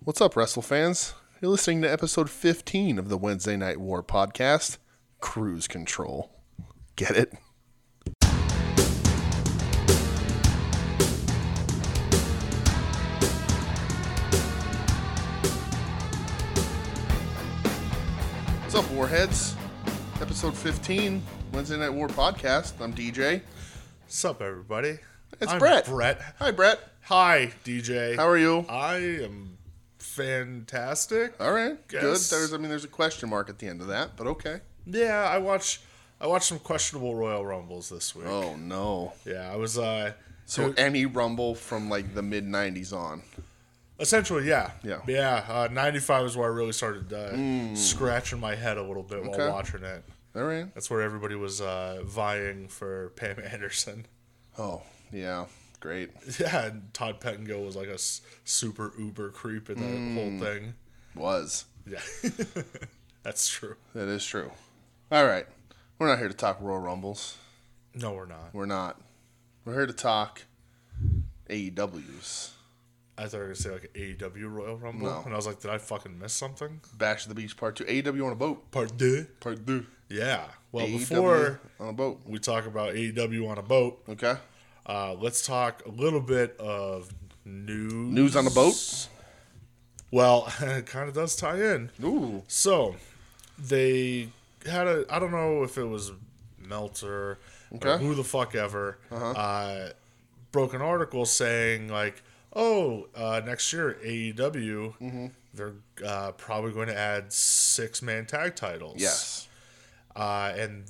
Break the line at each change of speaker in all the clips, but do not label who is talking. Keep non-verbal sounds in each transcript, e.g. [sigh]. What's up, Wrestle fans? You're listening to episode 15 of the Wednesday Night War podcast, Cruise Control. Get it? What's up, Warheads? Episode 15, Wednesday Night War podcast. I'm DJ.
Sup, everybody.
It's
I'm
Brett.
Brett.
Hi, Brett.
Hi, DJ.
How are you?
I am fantastic.
All right, good.
Guess.
There's, I mean, there's a question mark at the end of that, but okay.
Yeah, I watch. I watched some questionable Royal Rumbles this week.
Oh no!
Yeah, I was. uh
So any Rumble from like the mid '90s on.
Essentially, yeah,
Yeah. Hmm.
yeah. Uh, Ninety-five is where I really started uh, scratching my head a little bit
Okay.
while watching it.
All right.
That's where everybody was uh, vying for Pam [laughs] Anderson.
Oh yeah, great.
Yeah, and Todd Pettengill was like a s- super uber creep in that
Hmm.
whole thing.
Was
Yeah, [laughs] that's true.
that is true. All right, we're not here to talk Royal Rumbles.
No, we're not.
We're not. We're here to talk E AEW's
I thought you were gonna say like AEW Royal Rumble,
No.
and I was like, did I fucking miss something?
Bash of the Beach Part Two. AEW on a boat.
Part two.
Part two. E
Yeah. Well,
AEW
before
on a boat.
we talk about AEW on a boat,
Okay.
uh, let's talk a little bit of news.
News on a boat?
Well, [laughs] it kind of does tie in.
Ooh.
So they had a. I don't know if it was Melter or
Okay. Uh-huh.
who the fuck ever. Uh, broke an article saying like, oh, uh, next year AEW,
Mm-hmm.
they're uh, probably going to add six man tag titles.
Yes.
Uh, and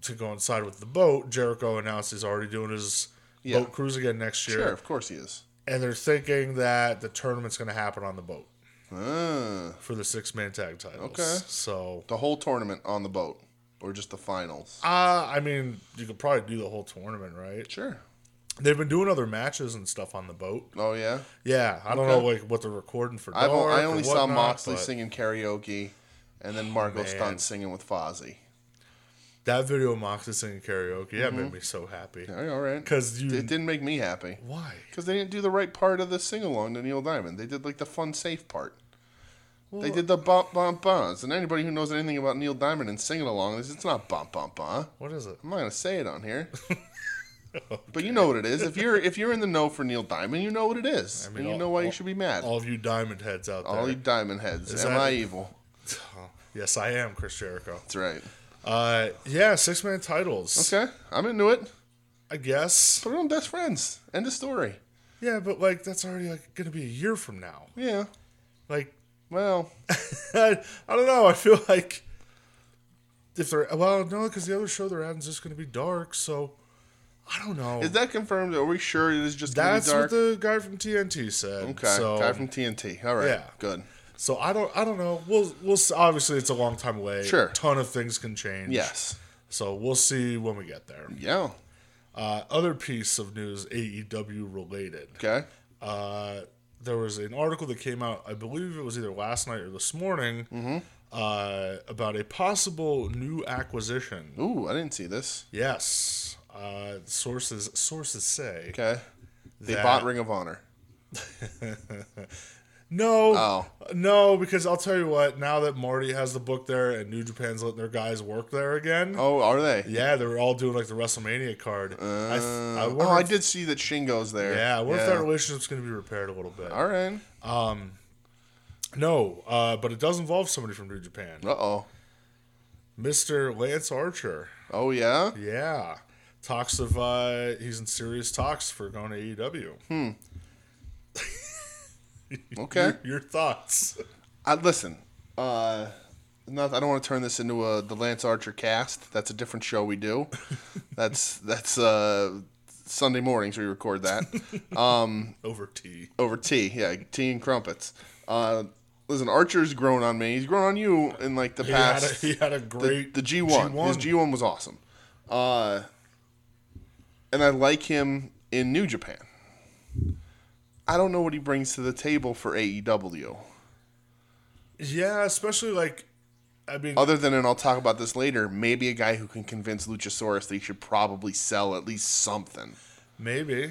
to coincide with the boat, Jericho announced he's already doing his
Yeah.
boat cruise again next year.
Sure. Of course he is.
And they're thinking that the tournament's going to happen on the boat
Ah.
for the six man tag titles.
Okay.
So
The whole tournament on the boat, or just the finals?
Uh, I mean, you could probably do the whole tournament, right?
Sure.
They've been doing other matches and stuff on the boat.
Oh yeah.
Yeah, I don't know like what they're recording for.
I've,
Dark
I
or
only saw
whatnot,
Moxley
but
singing karaoke, and then Marco Stunt singing with Fozzy.
That video of Moxley singing karaoke. That made
Mm-hmm.
me so happy.
All right, all right.
Because you,
It didn't make me happy
why?
because they didn't do the right part of the sing along to Neil Diamond. They did like the fun safe part. they did the bump bump bumps, and anybody who knows anything about Neil Diamond and singing along, it's it's not bump bump bump.
What is it?
I'm not gonna say it on
[laughs]
here. But you know what it is. If you're if you're in the know for Neil Diamond, you know what it is,
mean,
and you
all-
know why you
all-
should be mad. All,
All of you diamond heads out there.
you diamond heads,
Is
am
that-
I evil?
[laughs] yes, I am Chris Jericho.
That's
[laughs]
right.
Uh, yeah, six man titles.
Okay, I'm into it.
I guess.
Put it on Best Friends. End of story.
Yeah, but like that's already like gonna be a year from now.
Yeah.
Like
Well,
[laughs] I, I don't know. I feel like if they're well, no, because the other show they're at is just going to be dark. So I don't know.
is that confirmed? Are we sure it is just gonna be
That's
dark?
what the guy from TNT said.
okay,
So,
guy from TNT. All right,
Yeah.
good.
so I don't. I don't know. We'll. We'll. s- Obviously, it's a long time away.
Sure.
Ton of things can change.
Yes.
So we'll see when we get there.
Yeah.
Uh, other piece of news, AEW related.
Okay.
Uh, there was an article that came out, I believe it was either last night or this morning,
Mm-hmm.
uh, about a possible new acquisition.
Ooh, I didn't see this.
Yes. Uh, sources sources say
Okay. They
That-
bought Ring of Honor.
no,
Oh.
no, because I'll tell you what. Now that Marty has the book there and New Japan's letting their guys work there again,
Oh, are they?
yeah, they were all doing like the WrestleMania card. I, th- I
Uh,
wonder
oh, I
if-
did see that Shingo's there.
Yeah, I wonder if that relationship's going to be repaired a little bit.
All right.
No, uh, but it does involve somebody from New Japan,
Uh oh.
Mr. Lance Archer.
Oh yeah.
Yeah, talks of uh, he's in serious talks for going to E AEW.
Hmm. Okay.
Your- your thoughts? [laughs]
I listen. Uh, not I don't want to turn this into a the Lance Archer cast. That's a different show we
[laughs]
do. that's that's uh Sunday mornings we record
[laughs]
that
Over tea.
over tea. Yeah, tea and crumpets. Uh, listen, Archer's grown on me. He's grown on you in like the
He had a,
past.
he had a
the,
great
the G one. His G one was awesome. Uh, and I like him in New Japan. I don't know what he brings to the table for E AEW.
Yeah, especially like, I mean,
Other than, and I'll talk about this later, maybe a guy who can convince Luchasaurus that he should probably sell at least something.
maybe.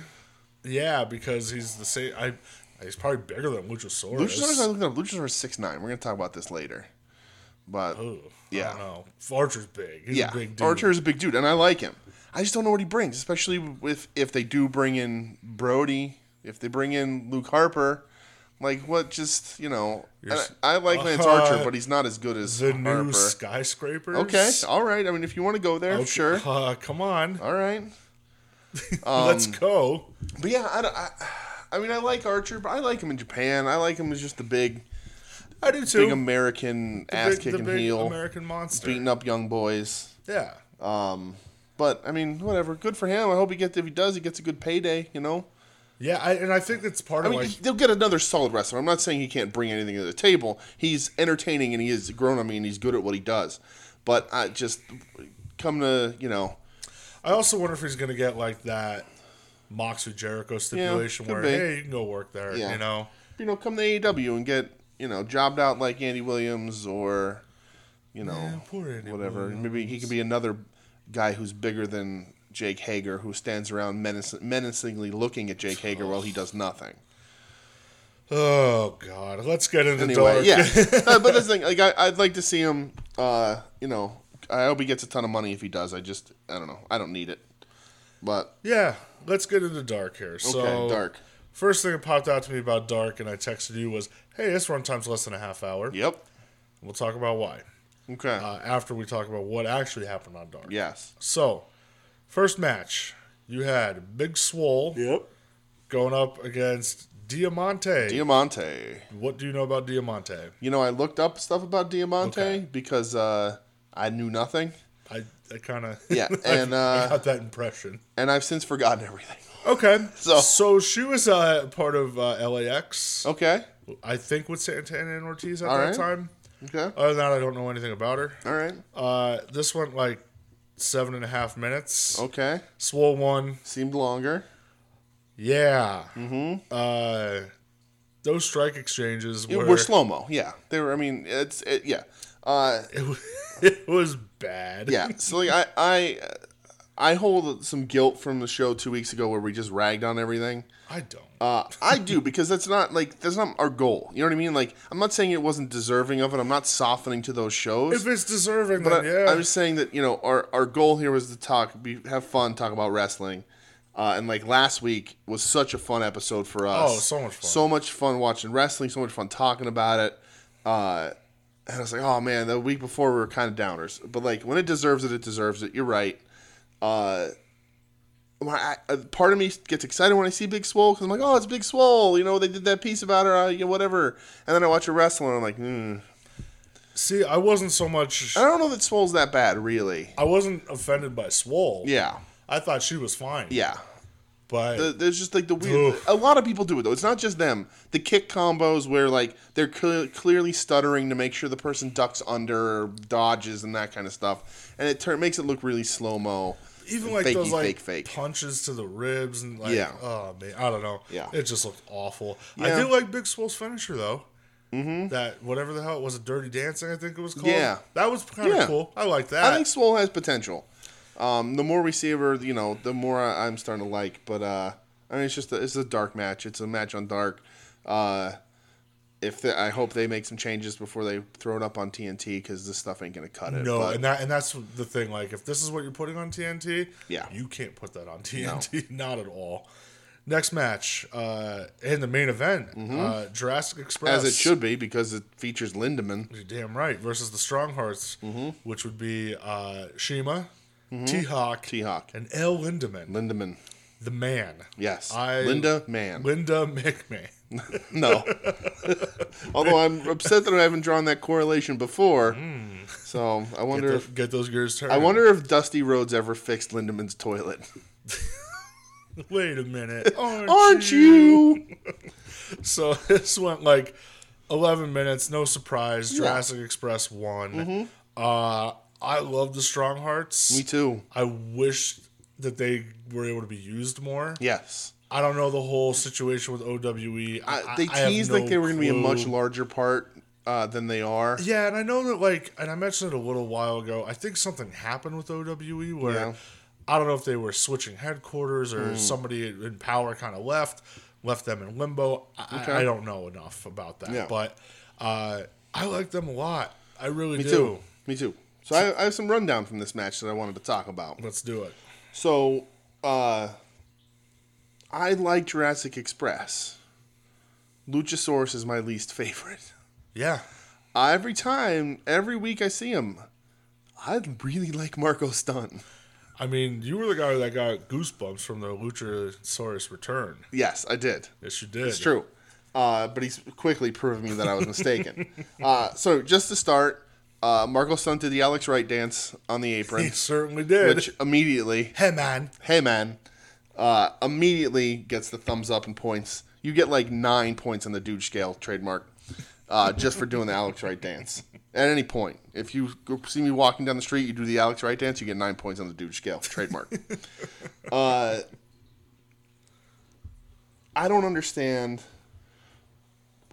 Yeah, because he's the same. I I He's probably bigger than Luchasaurus.
Luchasaurus, I looked up. Luchasaurus six nine. We're gonna talk about this later, but
Ooh, I
Yeah.
don't know. Archer's big. He's
yeah,
a Oh, big dude.
Archer is a big dude, and I like him. I just don't know what he brings, especially with if they do bring in Brody, if they bring in Luke Harper, like what? Just you know, and
s-
I, I like Lance
Uh,
Archer, but he's not as good as
The
Harper.
new skyscrapers.
okay, all right. I mean, if you want to go there,
Okay,
sure. Um,
Uh, come on.
All right,
Let's go.
but yeah, I, don't- I, I mean, I like Archer, but I like him in Japan. I like him as just the big,
I do
big
too.
American
The
ass
big- the
kicking
big
heel,
American monster.
beating up young boys.
Yeah.
Um, but I mean, whatever. Good for him. I hope he gets. If he does, he gets a good payday. You know.
Yeah, I, and I think that's part
I
of
mean,
like
they'll get another solid wrestler. I'm not saying he can't bring anything to the table. He's entertaining and he is grown on me and he's good at what he does. But I just come to you know,
I also wonder if he's gonna get like that Moxley Jericho stipulation
could
where
be.
hey, you can go work there,
Yeah.
you know.
you know, come to AEW and get you know jobbed out like Andy Williams or you know
Yeah, poor Andy
Oh, whatever. Maybe he could be another guy who's bigger than Jake Hager, who stands around menace- menacingly looking at Jake Hager while he does nothing.
Oh God, let's get into
anyway,
dark.
yeah. No, but that's the thing. Like, I, I'd like to see him. Uh, you know, I hope he gets a ton of money if he does. I just, I don't know. I don't need it. But
[laughs] Yeah, let's get into dark here. So
Okay, dark.
First thing that popped out to me about dark, and I texted you was, "Hey, this runtime's less than a half hour.
yep.
We'll talk about why
Okay.
uh, after we talk about what actually happened on dark."
yes.
So, first match, you had Big Swole
Yep.
going up against Diamante.
Diamante.
what do you know about Diamante?
You know, I looked up stuff about Diamante
Okay.
because uh, I knew nothing,
I, I kind [laughs] of
Yeah, and, uh,
I got that impression.
and I've since forgotten [laughs] everything.
Okay,
[laughs] So-
so she was uh, part of uh, LAX,
Okay.
I think, with Santana and Ortiz at
All
that
right.
time.
Okay.
Other than that, I don't know anything about her.
All right.
Uh, this went like seven and a half minutes.
Okay.
Swole one,
Seemed longer.
yeah. Mm-hmm. Uh, those strike exchanges
It-
were,
We're slow mo. Yeah. They were. I mean, it's it, yeah. Uh,
It was, [laughs] it was bad.
yeah so like i i i hold some guilt from the show two weeks ago where we just ragged on everything
I don't.
uh, I do because that's not like that's not our goal. You know what I mean? Like I'm not saying it wasn't deserving of it. I'm not softening to those shows.
if it's deserving,
But
then
I,
yeah.
I was saying that you know our, our goal here was to talk, be, have fun, talk about wrestling, uh, and like last week was such a fun episode for us.
Oh, so much fun.
So much fun watching wrestling. So much fun talking about it. Uh, and I was like, oh man, the week before we were kind of downers, but like when it deserves it, it deserves it. You're right. Uh, when I, I- part of me gets excited when I see Big Swole because I'm like, oh, it's Big Swole. You know, they did that piece about her, uh, you know, whatever. And then I watch her wrestle and I'm like, mm.
See, I wasn't so much.
I don't know that Swole's that bad, really.
I wasn't offended by Swole.
Yeah.
I thought she was fine.
Yeah.
But
The- There's just like the weird.
Oof.
A lot of people do it though. It's not just them. The kick combos where like they're cle clearly stuttering to make sure the person ducks under, or dodges, and that kind of stuff, and it tur- makes it look really slow mo.
even like
fakey,
those like
fake, fake.
punches to the ribs and like
Yeah.
oh man, I don't know.
Yeah.
It just looked awful.
Yeah.
I do like Big Swole's finisher though. Mm-hmm. That whatever the hell it was, a dirty dancing I think it was called.
Yeah.
that was kind of
Yeah.
cool. I like that.
I think Swole has potential. Um, the more we see of her, you know, the more I, I'm starting to like. But uh, I mean, it's just a, it's a dark match. It's a match on dark. Uh, if they, I hope they make some changes before they throw it up on TNT because this stuff ain't gonna cut it.
no,
but-
and that and that's the thing. Like if this is what you're putting on TNT,
Yeah.
you can't put that on TNT, [laughs] not at all. Next match, uh, and the main event, uh, Jurassic Express,
Mm-hmm. as it should be because it features Lindemann.
You're damn right. Versus the Strong Hearts,
Mm-hmm.
which would be uh, Shima, T Hawk,
T-Hawk.
and L. Lindemann,
Lindemann.
the man.
Yes.
I-
Linda Mann.
Linda McMahon.
no. [laughs] Although I'm upset that I haven't drawn that correlation before. So I
Get,
wonder
the,
if
get those gears turned.
I wonder if Dusty Rhodes ever fixed Lindemann's toilet.
Wait a minute.
[laughs]
Aren't,
Aren't you?
So [laughs] this went like 11 minutes. No surprise. Jurassic Express won. Uh, I love the Strong Hearts.
Mm-hmm. Me too.
I wish that they were able to be used more.
Yes.
I don't know the whole situation with OWE.
I, they
I have
teased
no
like they were going to be a
clue.
much larger part uh, than they are.
Yeah, and I know that like, and I mentioned it a little while ago. I think something happened with OWE where
Yeah. Hmm.
I don't know if they were switching headquarters or somebody in power kind of left, left them in limbo. I,
Okay.
I don't know enough about that,
Yeah.
but uh, I like them a lot. I really
Me
do.
too. Me too. So I, I have some rundown from this match that I wanted to talk about.
Let's do it.
So, uh, I like Jurassic Express. Luchasaurus is my least favorite. [laughs]
Yeah,
Every time, every week I see him, I really like Marco Stunt. [laughs]
I mean, you were the guy that got goosebumps from the Luchasaurus return.
Yes, I did.
Yes, you did.
It's true. Uh, but he's quickly proved me that I was
[laughs]
mistaken. uh, so, just to start, uh, Marco Stunt did the Alex Wright dance on the
He
apron,
certainly did.
which immediately
hey, man.
hey man, uh, immediately gets the thumbs up and points. You get like nine points on the dude scale trademark uh, just for doing the Alex Wright dance. At any point, if you go- see me walking down the street, you do the Alex Wright dance, you get nine points on the dude scale trademark. uh, I don't understand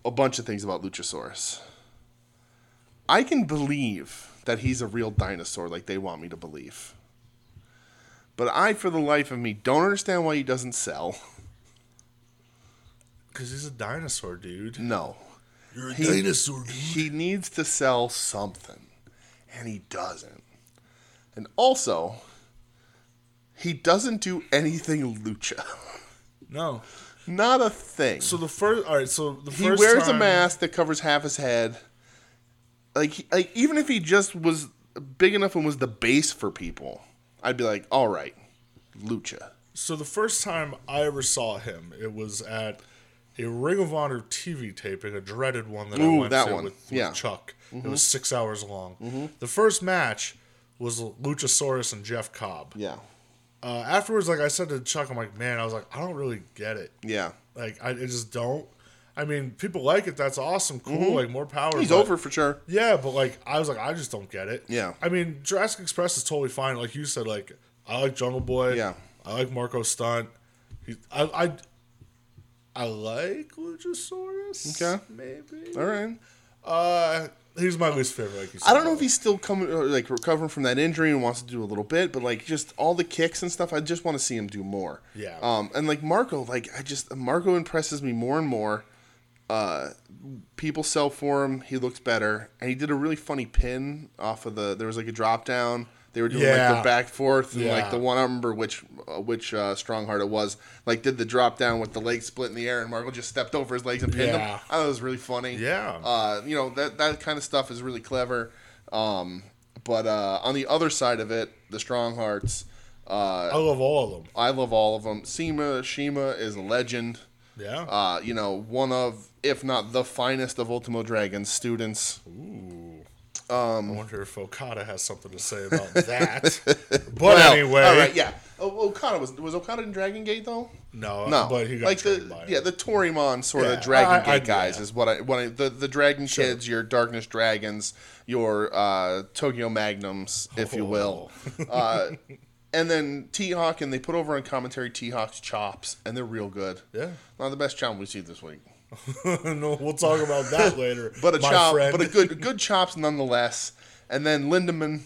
a bunch of things about Luchasaurus. I can believe that he's a real dinosaur, like they want me to believe. But I, for the life of me, don't understand why he doesn't sell. [laughs]
Because he's a dinosaur, dude.
No.
You're a
He-
dinosaur, dude.
He needs to sell something, and he doesn't. And also, he doesn't do anything lucha. [laughs]
No.
Not a thing.
So the first, all right. So the
he
first
wears a
time-
mask that covers half his head. Like, he- like, even if he just was big enough and was the base for people, I'd be like, all right, lucha.
So the first time I ever saw him, it was at a Ring of Honor TV taping, a dreaded one that I
Ooh,
went
that
to
one.
with, with
Yeah. Mm-hmm.
Chuck. It was six hours long. The first match was Luchasaurus and Jeff Cobb.
Yeah.
Uh, afterwards, like I said to Chuck, I'm like, man, I was like, I don't really get it.
Yeah.
Like I, I just don't. I mean, people like it. That's awesome. Cool. Like more power.
Mm-hmm. He's
but-
over for sure.
Yeah, but like I was like, I just don't get it.
Yeah.
I mean, Jurassic Express is totally fine. Like you said, like I like Jungle Boy.
Yeah.
I like Marco Stunt. He, I, I, I like Luchasaurus.
Okay.
Maybe.
All right.
Uh, he's my least favorite. Like you said.
I don't know if he's still coming, or like recovering from that injury and wants to do a little bit, but like just all the kicks and stuff, I just want to see him do more.
Yeah.
Um, and like Marco, like I just Marco impresses me more and more. Uh, people sell for him. He looks better, and he did a really funny pin off of the. There was like a drop down. They were doing like
Yeah.
the back forth and like
Yeah.
the one. I don't remember which uh, which uh, Strongheart it was. Like did the drop down with the leg split in the air, and Marco just stepped over his legs and pinned
Yeah.
him. I thought it was really funny.
Yeah.
Uh, you know that that kind of stuff is really clever. Um, but uh, on the other side of it, the strong hearts. Uh,
I love all of them.
I love all of them. Seema Shima is a legend.
Yeah.
Uh, you know, one of if not the finest of Ultimo Dragon's students.
Ooh. Um, I wonder if Okada has something to
[laughs]
say about that. but anyway,
all right, yeah. O- Okada was was Okada in Dragon Gate though.
no,
No,
but he got
like
trained
the
by
yeah
him.
the Torimon sort
Yeah,
of Dragon
I- I-
Gate guys
yeah.
is what I what I, the the Dragon Kids, your Darkness Dragons, your uh, Tokyo Magnums, if you will,
Oh. [laughs]
uh, and then T Hawk, and they put over on commentary T Hawk's chops, and they're real good.
Yeah.
not the best chop we see this week,
[laughs] no, we'll talk about
[laughs]
that later.
but a
my
chop,
friend
but a good good chops nonetheless. And then Lindemann,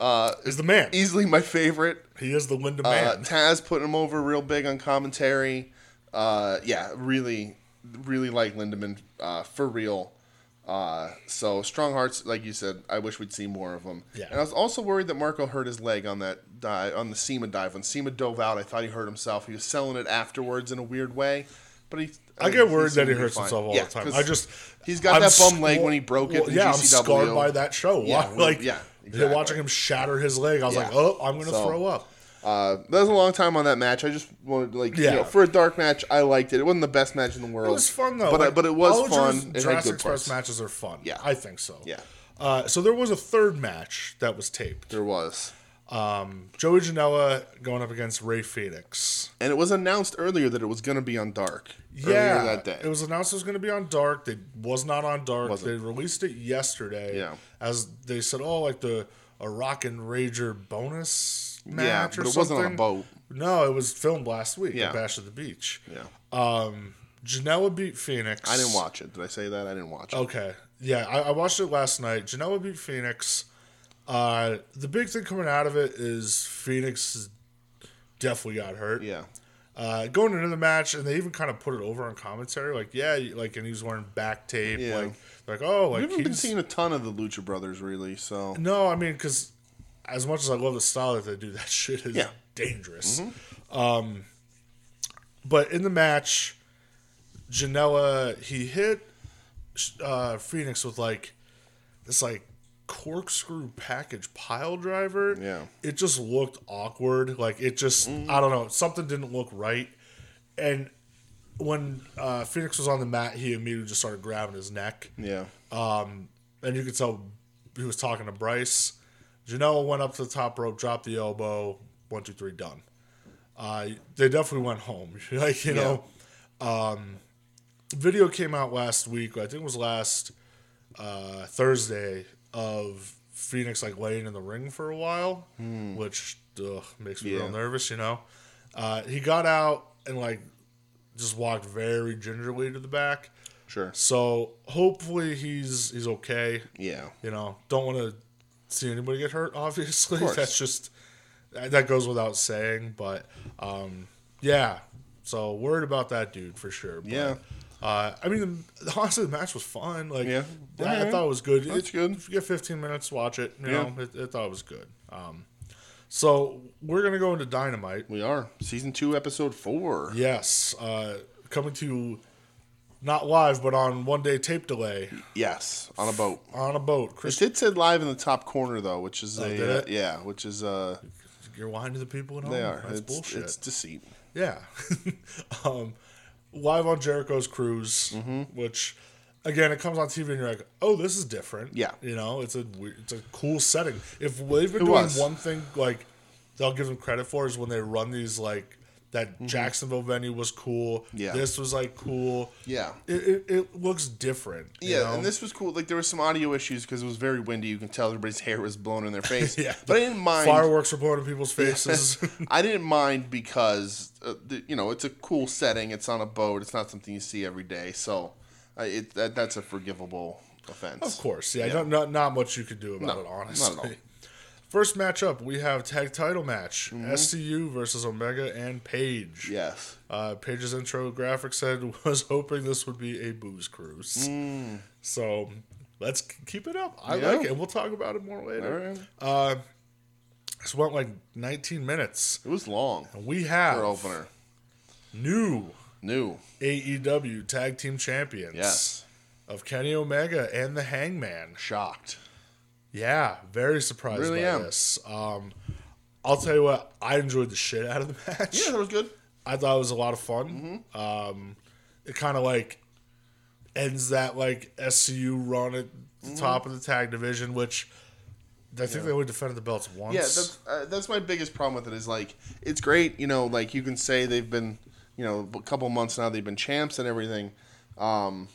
uh,
is the man.
easily my favorite.
He is the Linda
Uh,
man.
Taz putting him over real big on commentary. Uh, yeah, really, really like Lindemann uh, for real. Uh, so strong hearts, like you said, I wish we'd see more of them.
Yeah.
And I was also worried that Marco hurt his leg on that dive, on the SEMA dive. When SEMA dove out, I thought he hurt himself. He was selling it afterwards in a weird way, but he.
I get worried
seemed
that he
to be
hurts
fine.
himself all
Yeah,
the time.
'cause
I just
he's got
I'm
that bum
sc-
leg when he broke it.
well,
in
yeah, I'm
GCW.
scarred by that show.
Yeah, we-
like
yeah,
yeah,
exactly.
watching him shatter his leg, I was like,
Yeah.
oh, I'm gonna
So-
throw up.
Uh, that was a long time on that match. I just wanted like you
Yeah.
know, for a dark match, I liked it. It wasn't the best match in the world.
It was fun though,
but I-
Like,
but it was
all
fun.
Jurassic-
It had
Jurassic
good
Express
parts.
matches are fun.
Yeah.
I think so.
Yeah.
Uh, so there was a third match that was taped.
There was,
Um, Joey Janela going up against Ray Phoenix.
and it was announced earlier that it was going to be on Dark.
yeah,
earlier that day.
It was announced it was going to be on Dark. They was not on Dark.
Wasn't.
They released it yesterday.
Yeah.
as they said, oh, like the a Rock and Rager bonus match or
but it
something.
wasn't on a boat.
No, it was filmed last week
Yeah.
at Bash at the Beach.
yeah,
Um, Janela beat Phoenix.
I didn't watch it. Did I say that? I didn't watch it.
Okay, yeah, I, I watched it last night. Janela beat Phoenix. Uh, the big thing coming out of it is Phoenix definitely got hurt.
Yeah,
Uh, going into the match, and they even kind of put it over on commentary, like yeah, you- like and he was wearing back tape,
Yeah.
like like oh,
We
like
haven't been
he's-
seeing a ton of the Lucha Brothers really, so
no, I mean, because as much as I love the style that they do, that [laughs] shit is
Yeah. Mm-hmm.
dangerous. Um, but in the match, Janela he hit uh, Phoenix with like this like corkscrew package pile driver.
Yeah. Mm-hmm.
it just looked awkward. Like it just, I don't know, something didn't look right. And when uh, Phoenix was on the mat, he immediately just started grabbing his neck.
yeah,
And you could tell he was talking to Bryce. Janela went up to the top rope, dropped the elbow, one, two, three, done. Uh, they definitely went home. [laughs] like, you know, um, video came out last week, I think it was last uh, Thursday, of Phoenix like laying in the ring for a while, which ugh, makes me
Yeah.
real nervous, you know. Uh, he got out and like just walked very gingerly to the back.
sure,
So hopefully he's he's okay.
yeah,
You know, don't want to see anybody get hurt. [laughs] Obviously,
course.
that's just that that goes without saying. But um, yeah, so worried about that dude for sure. But,
Yeah.
Uh, I mean, the, honestly, the match was fun. Like,
Yeah.
I, I thought it was good. It's
good.
If you get 15 minutes, watch it. You
Yeah.
know, it, I thought it was good. Um, so we're gonna go into Dynamite.
we are season two, episode four.
Yes, uh, coming to you not live, but on one day tape delay.
Yes, on a boat.
on a boat.
It
Chris,
did said live in the top corner though, which is a
Oh, did
uh,
it?
yeah, which is uh
you're lying to the people at home.
they are
Oh, That's
it's,
bullshit.
it's deceit.
Yeah. [laughs] um, live on Jericho's cruise,
Mm-hmm.
which again, it comes on TV and you're like, oh, this is different.
Yeah.
You know, it's a weird, it's a cool setting. If they've been doing
was.
one thing, like they'll give them credit for is when they run these like. That Jacksonville venue was cool.
Mm-hmm. Yeah.
This was like cool.
Yeah.
It, it, it looks different. you
Yeah,
know?
and this was cool. Like there was some audio issues because it was very windy. You can tell everybody's hair was blown in
[laughs]
their face.
Yeah.
but I didn't mind.
fireworks were blown in people's faces.
[laughs] I didn't mind because uh, the, you know it's a cool setting. It's on a boat. It's not something you see every day. So uh, it that, that's a forgivable offense.
Of course, yeah. Not, not not much you could do about
No,
it,
not
honestly. [laughs]
at all.
First matchup, we have tag title match:
Mm-hmm.
SCU versus Omega and Page.
Yes.
Uh, Page's intro graphic said [laughs] was hoping this would be a booze cruise. So let's k- keep it up. I
Mm. Yeah.
like it. We'll talk about it more later.
All right.
This went like 19 minutes.
It was long
We have
for opener.
new
New.
AEW tag team champions
Yes.
of Kenny Omega and the Hangman.
Shocked.
Yeah, very surprised
Really
by
am.
this. Um, I'll tell you what, I enjoyed the shit out of the [laughs] match.
Yeah, Mm-hmm. that was good.
I thought it was a lot of fun. Um, it kind of like ends that like SCU run at the
Mm-hmm.
top of the tag division, which I think they only defended the belts once.
Yeah, that's uh, that's my biggest problem with it is like it's great, you know, like you can say they've been, you know, a couple months now they've been champs and everything, um,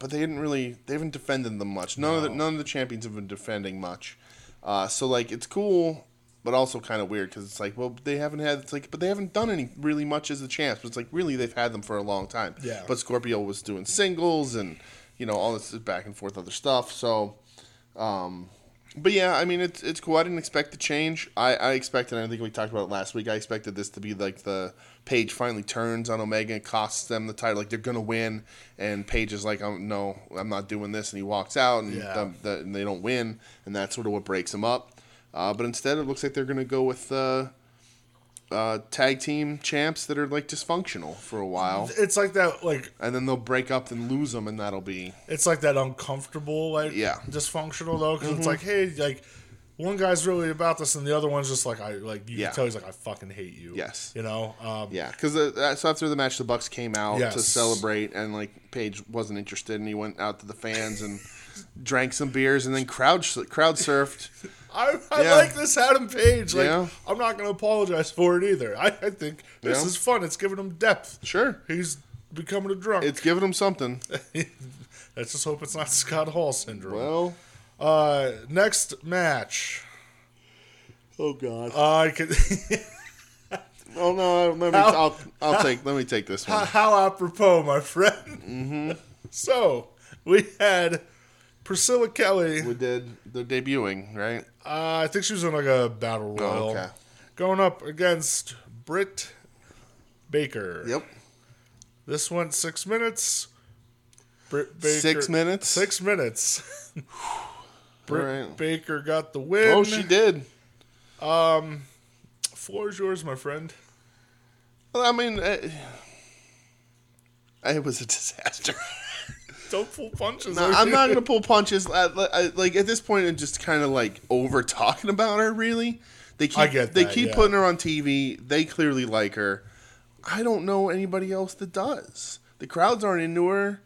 but they didn't really they haven't defended them much. None of the none of the champions have been defending much, uh, so like it's cool, but also kind of weird because it's like well they haven't had it's like but they haven't done any really much as the champs. But it's like really they've had them for a long time.
Yeah.
but Scorpio was doing singles and you know all this back and forth other stuff, so. But yeah, I mean it's it's cool. I didn't expect the change. I, I expected. I think we talked about it last week. I expected this to be like the Page finally turns on Omega and costs them the title. Like they're gonna win, and Page is like, "Oh no, I'm not doing this," and he walks out, and,
Yeah.
the, the, and they don't win, and that's sort of what breaks them up. Uh, but instead, it looks like they're gonna go with uh, uh, tag team champs that are like dysfunctional for a while,
it's like that like
and then they'll break up and lose them, and that'll be
it's like that uncomfortable like
Yeah. Mm-hmm.
dysfunctional though because it's like hey like one guy's really about this and the other one's just like i like you
Yeah.
can tell he's like i fucking hate you
Yes.
you know um
Yeah, because uh, so after the match, the Bucks came out to
Yes.
celebrate, and like Paige wasn't interested, and he went out to the fans and [laughs] drank some beers, and then crowd sh- crowd surfed.
I, I
Yeah.
like this Adam Page. Like,
Yeah.
I'm not going to apologize for it either. I, I think this
Yeah.
is fun. It's giving him depth.
Sure.
He's becoming a drunk.
It's giving him something.
[laughs] Let's just hope it's not Scott Hall syndrome.
Well,
uh, next match.
oh god.
I can,
oh no, let me. I'll, I'll take. Let me take [laughs] this one.
[laughs] how apropos, my friend. Mm-hmm. [laughs] So we had Priscilla Kelly.
We did the debuting, right?
Uh, I
Oh,
think she was in like a battle royal.
okay.
Going up against Britt Baker.
Yep.
This went six minutes. Britt Baker,
Six minutes? [laughs]
Six minutes. Britt
Alright.
Baker got the win.
Oh, she did.
Floor is yours, my friend.
Well, I mean, it, it was a [laughs] disaster.
Don't pull punches.
No,
okay?
I'm not gonna pull punches. I, I- like at this point, I'm just kind of like over talking about her. Really, they keep
I get
they
that,
keep
yeah.
putting her on TV. They clearly like her. I don't know anybody else that does. The crowds aren't into her.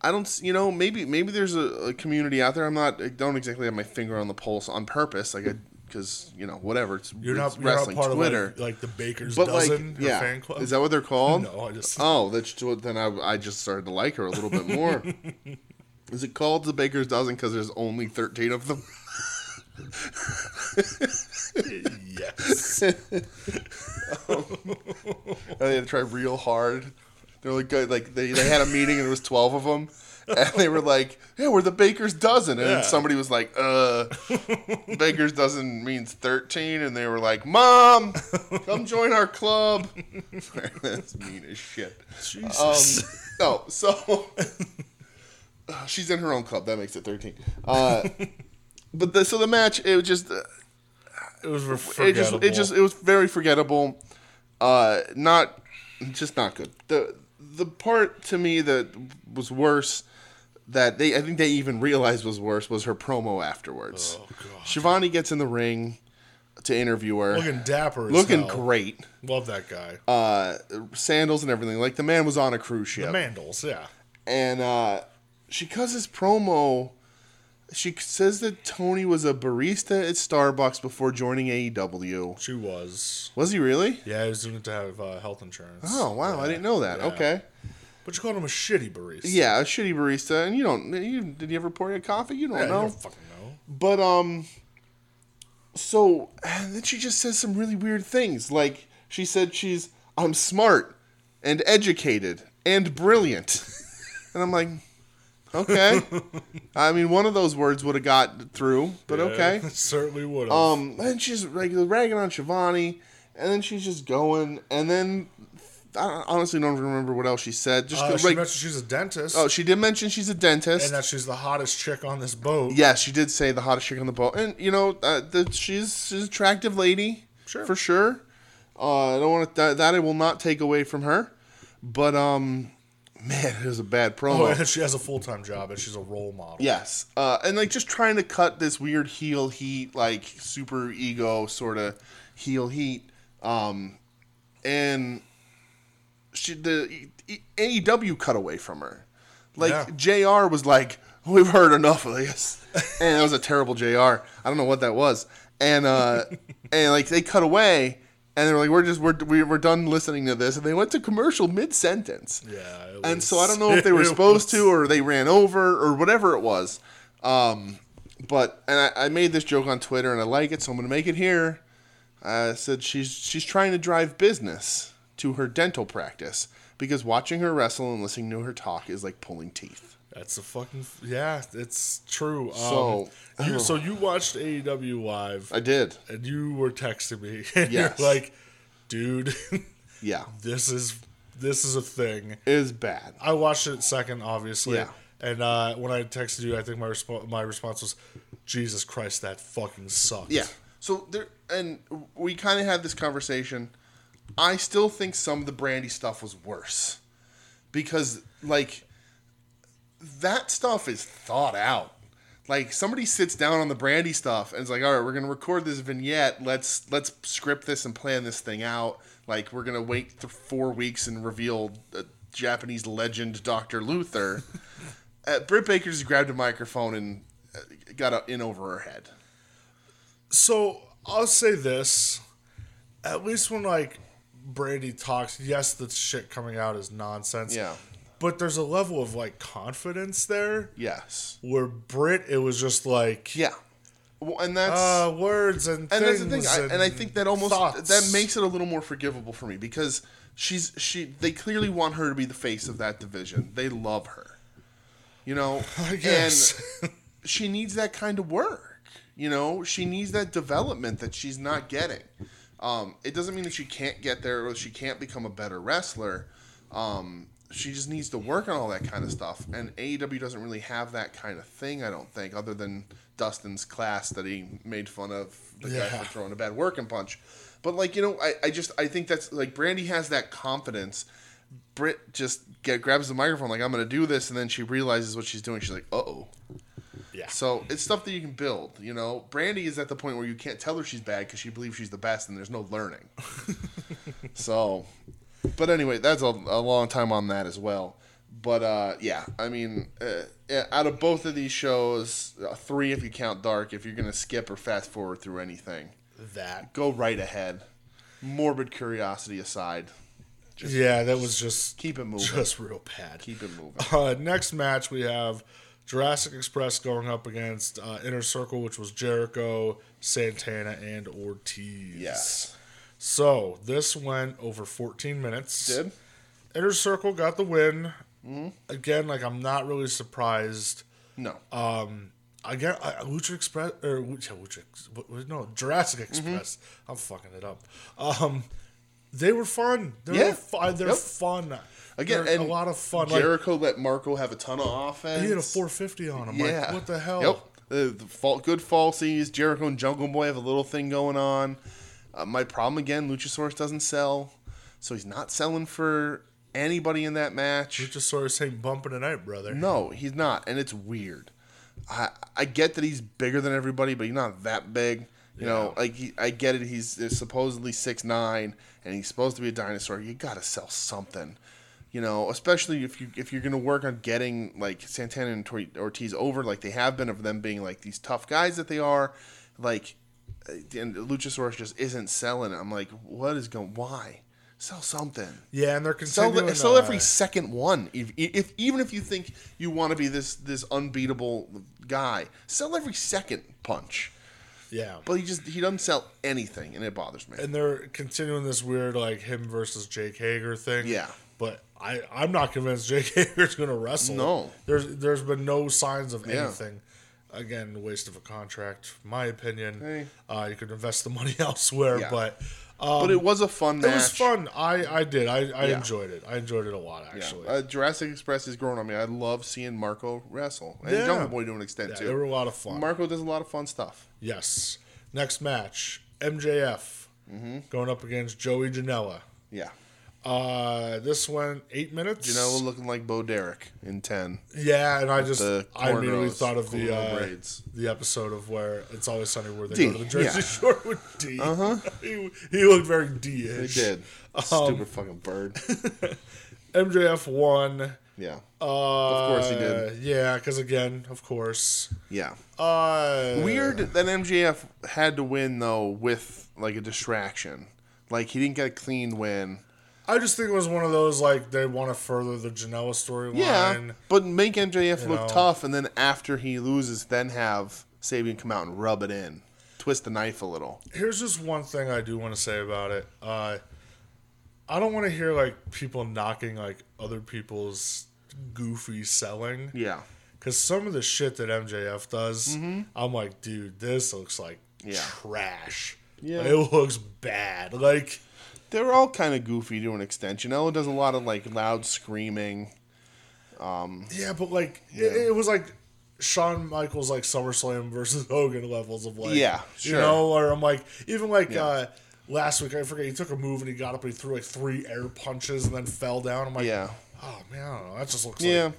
I don't, s- you know, maybe maybe there's a, a community out there. I'm not. I don't exactly have my finger on the pulse on purpose. Like, because you know, whatever. It's,
You're
it's
not, you're not
wrestling
part
Twitter,
of like, like the Baker's
but
dozen
like,
your
yeah,
fan club.
is that what they're called?
no,
[laughs]
I just
Oh, that's ju- then I, I just started to like her a little bit more. Is it called the Baker's Dozen because there's only 13 of them? [laughs] Um,
yes.
And they had to try real hard. They're like, good- like they, they had a meeting and there was 12 of them. And they were like, yeah, we're the Baker's Dozen. And
Yeah.
then somebody was like, uh, Baker's Dozen means 13. And they were like, Mom, come join our club. [laughs] That's mean as shit. Um,
Jesus.
no, so [laughs] uh, she's in her own club. That makes it thirteen. Uh, but the, so the match, it was just, it
it was
just,
forgettable.
it just, it was very forgettable. Uh, not, just not good. The the part to me that was worse, that they, I think they even realized was worse, was her promo afterwards.
Oh, God.
Shivani gets in the ring to interview her,
looking dapper. As
looking
hell.
great,
Love that guy.
uh, sandals and everything. Like the man was on a cruise ship.
Mandels, yeah.
and uh, she cuts his promo. She says that Tony was a barista at Starbucks before joining AEW.
She was.
Was he really?
Yeah, he was doing it to have uh, health insurance.
Oh wow, I
Yeah.
didn't know that.
Yeah.
Okay,
But you called him a shitty barista.
yeah, a shitty barista, and you don't. You, did he ever pour you a coffee? You don't
Yeah, you
know.
don't fucking know. [laughs]
But um, so and then she just says some really weird things. Like she said, she's I'm smart and educated and brilliant, [laughs] and I'm like,
[laughs]
okay. I mean, one of those words would have got through, but okay.
Yeah, certainly would have.
Um, and she's like ragging on Shivani, and then she's just going, and then I honestly don't remember what else she said. Just
Uh,
'cause,
she
like,
mentioned she's a dentist
oh, she did mention she's a dentist.
and that she's the hottest chick on this boat.
Yes, she did say the hottest chick on the boat, and you know uh, that she's she's an attractive lady,
Sure.
for sure. Uh, I don't want to, that, that I will not take away from her, but um, man, it was a bad
[laughs] Oh,
promo.
and she has a full time job and she's a role model.
yes, uh, and like just trying to cut this weird heel heat, like super ego sort of heel heat, um, and she the E- E- AEW cut away from her. Like JR was like, we've heard enough of this, and it was a terrible JR. I don't know what that was, and uh, and like they cut away, and they were like, we're just we're we- we're done listening to this, and they went to commercial mid sentence.
Yeah. it
And so I
was-
don't know if they were
[laughs] it
supposed
was-
to or they ran over or whatever it was. Um, but and I, I made this joke on Twitter and I like it, so I'm gonna make it here. I said she's she's trying to drive business to her dental practice because watching her wrestle and listening to her talk is like pulling teeth.
That's a fucking. Yeah, it's true. Um,
So- [sighs]
you, so you watched AEW live
I did.
and you were texting me. [laughs] And
Yes.
You're like, dude, [laughs]
Yeah.
this is this is a thing.
It is bad.
I watched it second, obviously.
Yeah.
And uh, when I texted you, I think my resp- my response was, "Jesus Christ, that fucking sucked."
Yeah. So there, and we kind of had this conversation. I still think some of the brandy stuff was worse because, like, that stuff is thought out. Like somebody sits down on the brandy stuff and is like, "All right, we're gonna record this vignette. Let's let's script this and plan this thing out. Like we're gonna wait th- four weeks and reveal a Japanese legend, Doctor Luther." [laughs] uh, Britt Baker just grabbed a microphone and uh, got a, in over her head.
So I'll say this: at least when like Brady talks, yes, the shit coming out is nonsense.
Yeah.
But there's a level of like confidence there
Yes.
where Brit, it was just like
Yeah, well, and that's
uh, words and
and that's
things
the thing, I, and I think that almost
thoughts.
that
[laughs]
makes it a little more forgivable for me because she's she they clearly want her to be the face of that division. They love her, you know,
[laughs] I guess.
and she needs that kind of work. You know, she needs that development that she's not getting. Um, it doesn't mean that she can't get there or she can't become a better wrestler. Um, she just needs to work on all that kind of stuff. And AEW doesn't really have that kind of thing, I don't think, other than Dustin's class that he made fun of the guy
Yeah.
for throwing a bad working punch. But like, you know, I, I just I think that's like Brandy has that confidence. Britt just get, grabs the microphone like I'm gonna do this, and then she realizes what she's doing. She's like, uh oh.
Yeah.
So it's stuff that you can build. You know, Brandy is at the point where you can't tell her she's bad because she believes she's the best, and there's no learning. so, but anyway, that's a, a long time on that as well. But uh, yeah, I mean, uh, yeah, out of both of these shows, uh, three if you count Dark, if you're gonna skip or fast forward through anything,
[laughs] That.
go right ahead. Morbid curiosity aside,
yeah, that was just
keep it moving.
just real bad.
keep it moving.
[laughs] Uh, next match, we have Jurassic Express going up against uh, Inner Circle, which was Jericho, Santana, and Ortiz.
Yes.
So this went over 14 minutes.
Did Mm-hmm.
Inner Circle got the win. Again, like I'm not really surprised. Um,
no.
Again, I, Lucha Express or Lucha, Lucha Ex- what- what- no Jurassic
Mm-hmm.
Express. I'm fucking it up. Um, they were fun. They're
Yeah.
fu- they're
Yep.
fun.
Again,
They're
and
a lot of fun. Like,
Jericho let Marco have a ton of offense.
he had a 450 on him.
Yeah.
Like, what the hell?
Yep. The, the fall, good falsies. Jericho and Jungle Boy have a little thing going on. Uh, my problem again, Luchasaurus doesn't sell, so he's not selling for anybody in that match.
Just sort of saying bumping tonight, brother.
No, he's not, and it's weird. I I get that he's bigger than everybody, but he's not that big. You know, like he, I get it. He's supposedly six nine, and he's supposed to be a dinosaur. You got to sell something, you know. Especially if you if you're gonna work on getting like Santana and Tor- Ortiz over, like they have been, of them being like these tough guys that they are, like, and Luchasaurus just isn't selling. it. I'm like, what is going? Why sell something?
Yeah, and they're
Sell,
continuing.
the, sell
uh,
every second one. If, if even if you think you want to be this this unbeatable guy, sell every second punch.
Yeah,
But he just he doesn't sell anything, and it bothers me.
and they're continuing this weird like him versus Jake Hager thing.
Yeah.
But I, I'm not convinced Jake [laughs] Hager's gonna wrestle.
No.
There's there's been no signs of anything. Again, waste of a contract, my opinion.
Hey.
Uh, you could invest the money [laughs] elsewhere,
Yeah.
but uh,
but it was a fun match.
um, it was fun. I, I did. I, I
Yeah.
enjoyed it. I enjoyed it a lot
Yeah.
actually. Yeah,
Uh, Jurassic Express is growing on me. I love seeing Marco wrestle and
Yeah.
Jungle Boy to an extent
they were
too.
a lot of fun.
Marco does a lot of fun stuff.
yes. Next match, MJF going up against Joey Janela.
Yeah,
Uh, this went eight minutes.
you know, looking like Bo Derek in ten.
Yeah, and I just
the
I immediately
cornrows,
thought of
cool
the uh,
braids.
the episode of where it's always sunny where they
D,
go to the Jersey
yeah.
[laughs] Shore with D. Uh-huh. [laughs] he, he looked very [laughs]
They
D-ish.
did
Um,
stupid fucking
[laughs]
bird.
MJF won.
Yeah,
Uh,
course he did.
Yeah, because again, of course.
yeah.
Uh,
Weird that MJF had to win though with like a distraction. Like he didn't get a clean win.
I just think it was one of those like they want to further the Janela storyline.
Yeah, but make MJF look
know.
tough, and then after he loses, then have Sabian come out and rub it in, twist the knife a little.
here's just one thing I do want to say about it. Uh, I don't want to hear like people knocking like other people's goofy selling.
Yeah, Mm-hmm.
Because some of the shit that MJF does, I'm like, dude, this looks like
Yeah.
trash.
Yeah.
It looks bad. Like,
they were all kind of goofy to an extent. Janela does a lot of like loud screaming.
yeah, but like, it, it was like Shawn Michaels, like SummerSlam versus [laughs] Hogan levels of like,
Yeah,
You
sure.
know, or I'm like, even like uh, last week, I forget, he took a move and he got up and he threw like three air punches and then fell down. I'm like,
Yeah.
oh man, I don't know. That just looks
Yeah,
like.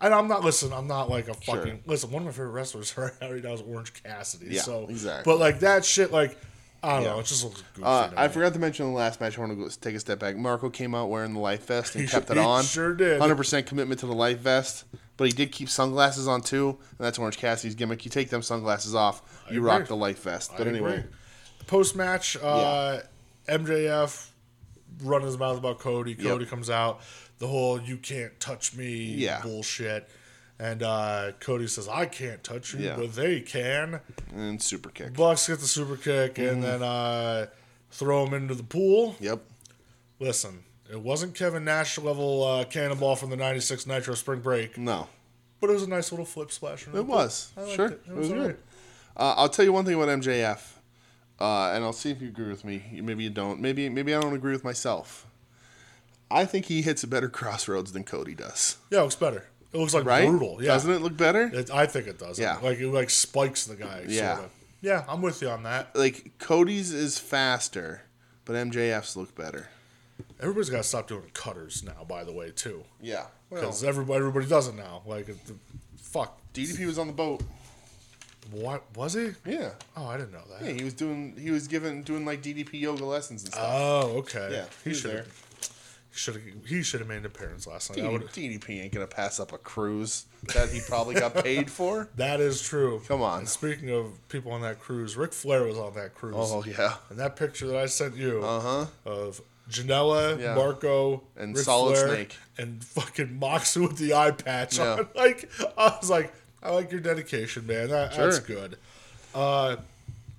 And I'm not listen. I'm not like a fucking
Sure.
listen. One of my favorite wrestlers [laughs] right now is Orange Cassidy.
Yeah,
so
exactly.
But like that shit, like I don't know. It just looks goofy.
uh,
to
I
me.
forgot to mention in the last match. I want to go, take a step back. Marco came out wearing the life vest
[laughs]
and
He
kept
su-
it
he
on.
sure did.
Hundred percent commitment to the life vest, but he did keep sunglasses on too, and that's Orange Cassidy's gimmick. You take them sunglasses off, you rock
agree.
the life vest. But
I
anyway,
agree. post match, uh, MJF run his mouth about Cody. Cody comes out. The whole "you can't touch me"
Yeah.
bullshit. And uh, Cody says, "I can't touch you,
Yeah.
but they can."
and super kick.
Bucks get the super kick
Mm.
and then uh, throw him into the pool.
Yep.
Listen, it wasn't Kevin Nash level uh, cannonball from the '96 Nitro Spring Break,
No,
but it was a nice little flip splash.
it was
I liked
sure.
it. It was
good.
alright.
Uh, I'll tell you one thing about MJF. uh, and I'll see if you agree with me. You- Maybe you don't. Maybe maybe I don't agree with myself. I think he hits a better [laughs] crossroads than Cody does.
Yeah, it looks better. It looks like
Right?
brutal. Yeah,
Doesn't it look better?
It, I think it does.
Yeah.
like it like spikes the guy.
Yeah.
Sort of. Yeah, I'm with you on that.
Like Cody's is faster, but MJF's look better.
Everybody's got to stop doing cutters now. By the way, too,
Yeah. Well,
because everybody everybody does it now. Like, it, the, fuck,
DDP was on the boat.
what was he?
Yeah.
Oh, I didn't know that.
Yeah, he was doing he was giving doing like DDP yoga lessons and stuff.
Oh, okay.
Yeah, he
he
was
should have. Should have. He should have made an appearance last night. I would.
DDP ain't gonna pass up a cruise that he probably got
[laughs]
paid for.
That is true.
Come on.
And speaking of people on that cruise, Ric Flair was on that cruise.
Oh yeah.
And that picture that I sent you of Janela,
Yeah.
Marco,
And
Ric
Solid Snake.
and fucking Moxley with the eye patch
Yeah.
on. [laughs] Like I was like, I like your dedication, man. That,
Sure.
That's good. Uh,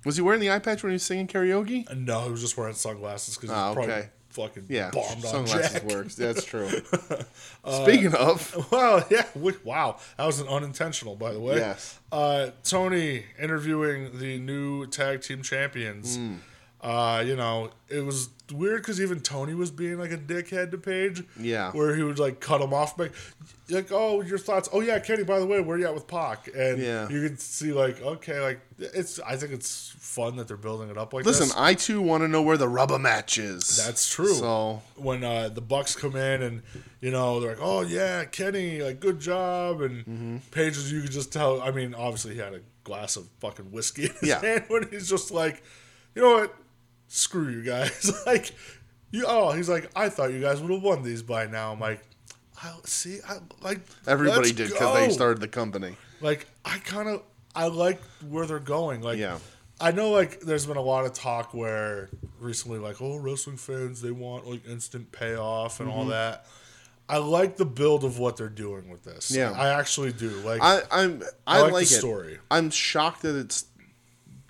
Was he wearing the eye patch when he was singing karaoke?
and no, he was just wearing sunglasses because
Ah,
he's probably
okay.
fucking
Yeah,
bombed on
sunglasses
Jack. Uh,
works. That's
[laughs]
true. Speaking of,
Well, yeah. wh- Wow, that was an unintentional, by the way.
Yes.
Uh, Tony interviewing the new tag team champions.
Hmm.
Uh, you know, it was weird because even Tony was being like a dickhead to Paige.
Yeah.
Where he would like cut him off, like, like, oh, your thoughts. Oh yeah, Kenny. By the way, where you at with Pac? And
Yeah.
you can see like, okay, like it's. I think it's fun that they're building it up like
listen,
this.
I too want to know where the rubber match is.
That's true.
So
when uh, the Bucks come in and you know they're like, "Oh yeah, Kenny, like good job," and
Mm-hmm.
Page, is- you could just tell. I mean, obviously he had a glass of fucking whiskey in his
Yeah.
hand when he's just like, "You know what? Screw you guys!" [laughs] like, you oh, he's like, "I thought you guys would have won these by now." I'm like, "I see, I like
everybody
let's
did because they
go."
started the company.
Like, I kind of I like where they're going. Like,
Yeah.
I know like there's been a lot of talk where recently like oh wrestling fans they want like instant payoff and all
Mm-hmm.
that. I like the build of what they're doing with this.
Yeah.
I actually do. Like
I, I'm I,
I
like,
like the
it.
story.
I'm shocked that it's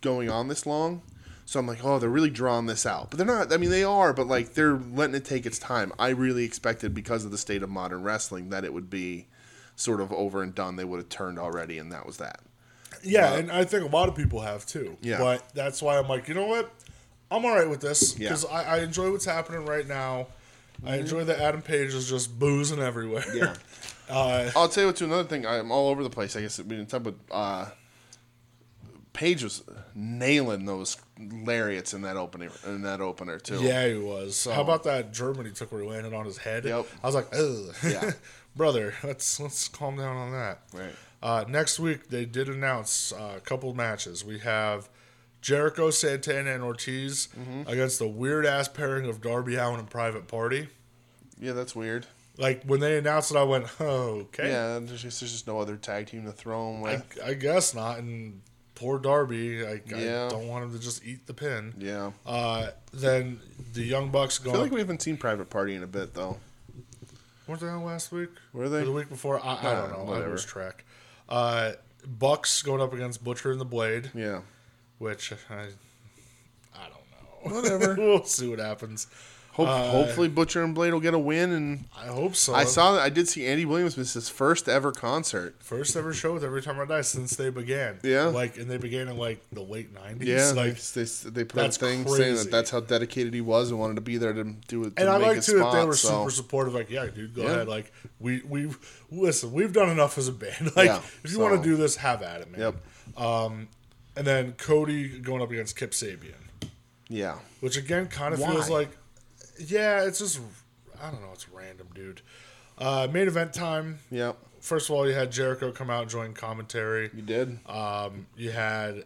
going on this long. So I'm like, oh, they're really drawing this out, but they're not. I mean, they are, but like they're letting it take its time. I really expected because of the state of modern wrestling that it would be sort of over and done. They would have turned already, and that was that.
yeah, and I think a lot of people have too.
Yeah.
But that's why I'm like, you know what? I'm all right with this
Yeah. Mm-hmm.
because I, I enjoy what's happening right now. I enjoy that Adam Page is just boozing everywhere.
Yeah.
[laughs] Uh,
I'll tell you what. To another thing, I'm all over the place. I guess we didn't talk about. Uh, Paige was nailing those lariats in that opening in that opener too.
Yeah, he was. How about that Germany took where he landed on his head?
Yep.
I was like, ugh.
Yeah.
[laughs] Brother, let's let's calm down on that.
Right.
Uh, next week they did announce uh, a couple matches. We have Jericho, Santana, and Ortiz
Mm-hmm.
against the weird ass pairing of Darby Allen and Private Party.
yeah, that's weird.
Like when they announced it, I went, oh, okay.
Yeah, there's just, there's just no other tag team to throw them
I,
with.
I guess not. And poor Darby, like,
Yeah.
I don't want him to just eat the pin.
yeah, I
Uh, then the Young Bucks going.
feel like we haven't seen Private Party in a bit though.
Weren't they on last week?
Were they?
Or the week before? I, I don't
Nah,
know.
whatever.
I lose track. Uh, Bucks going up against Butcher and the Blade,
Yeah,
which I, I don't know.
Whatever.
[laughs] we'll see what happens.
Hope,
Uh,
hopefully Butcher and Blade will get a win. And
I hope so.
I saw that I did see Andy Williams miss his first ever concert.
first ever show with Every Time I Die since they began.
Yeah.
like and they began in like the late nineties.
Yeah,
like
they, they, they put up
that's
things saying
crazy.
that that's how dedicated he was and wanted to be there to do it. To
and I
make
like
his
too that
spot,
they were
so.
super supportive. Like, yeah, dude, go
Yeah.
ahead. Like, we we listen. We've done enough as a band. [laughs] Like,
Yeah,
if you
so-
want to do this, have at it, man.
Yep.
Um, and then Cody going up against Kip Sabian.
Yeah.
which again kind of
Why?
feels like yeah it's just i don't know it's random dude uh, main event time
Yep.
first of all you had jericho come out and join commentary
You did.
um, you had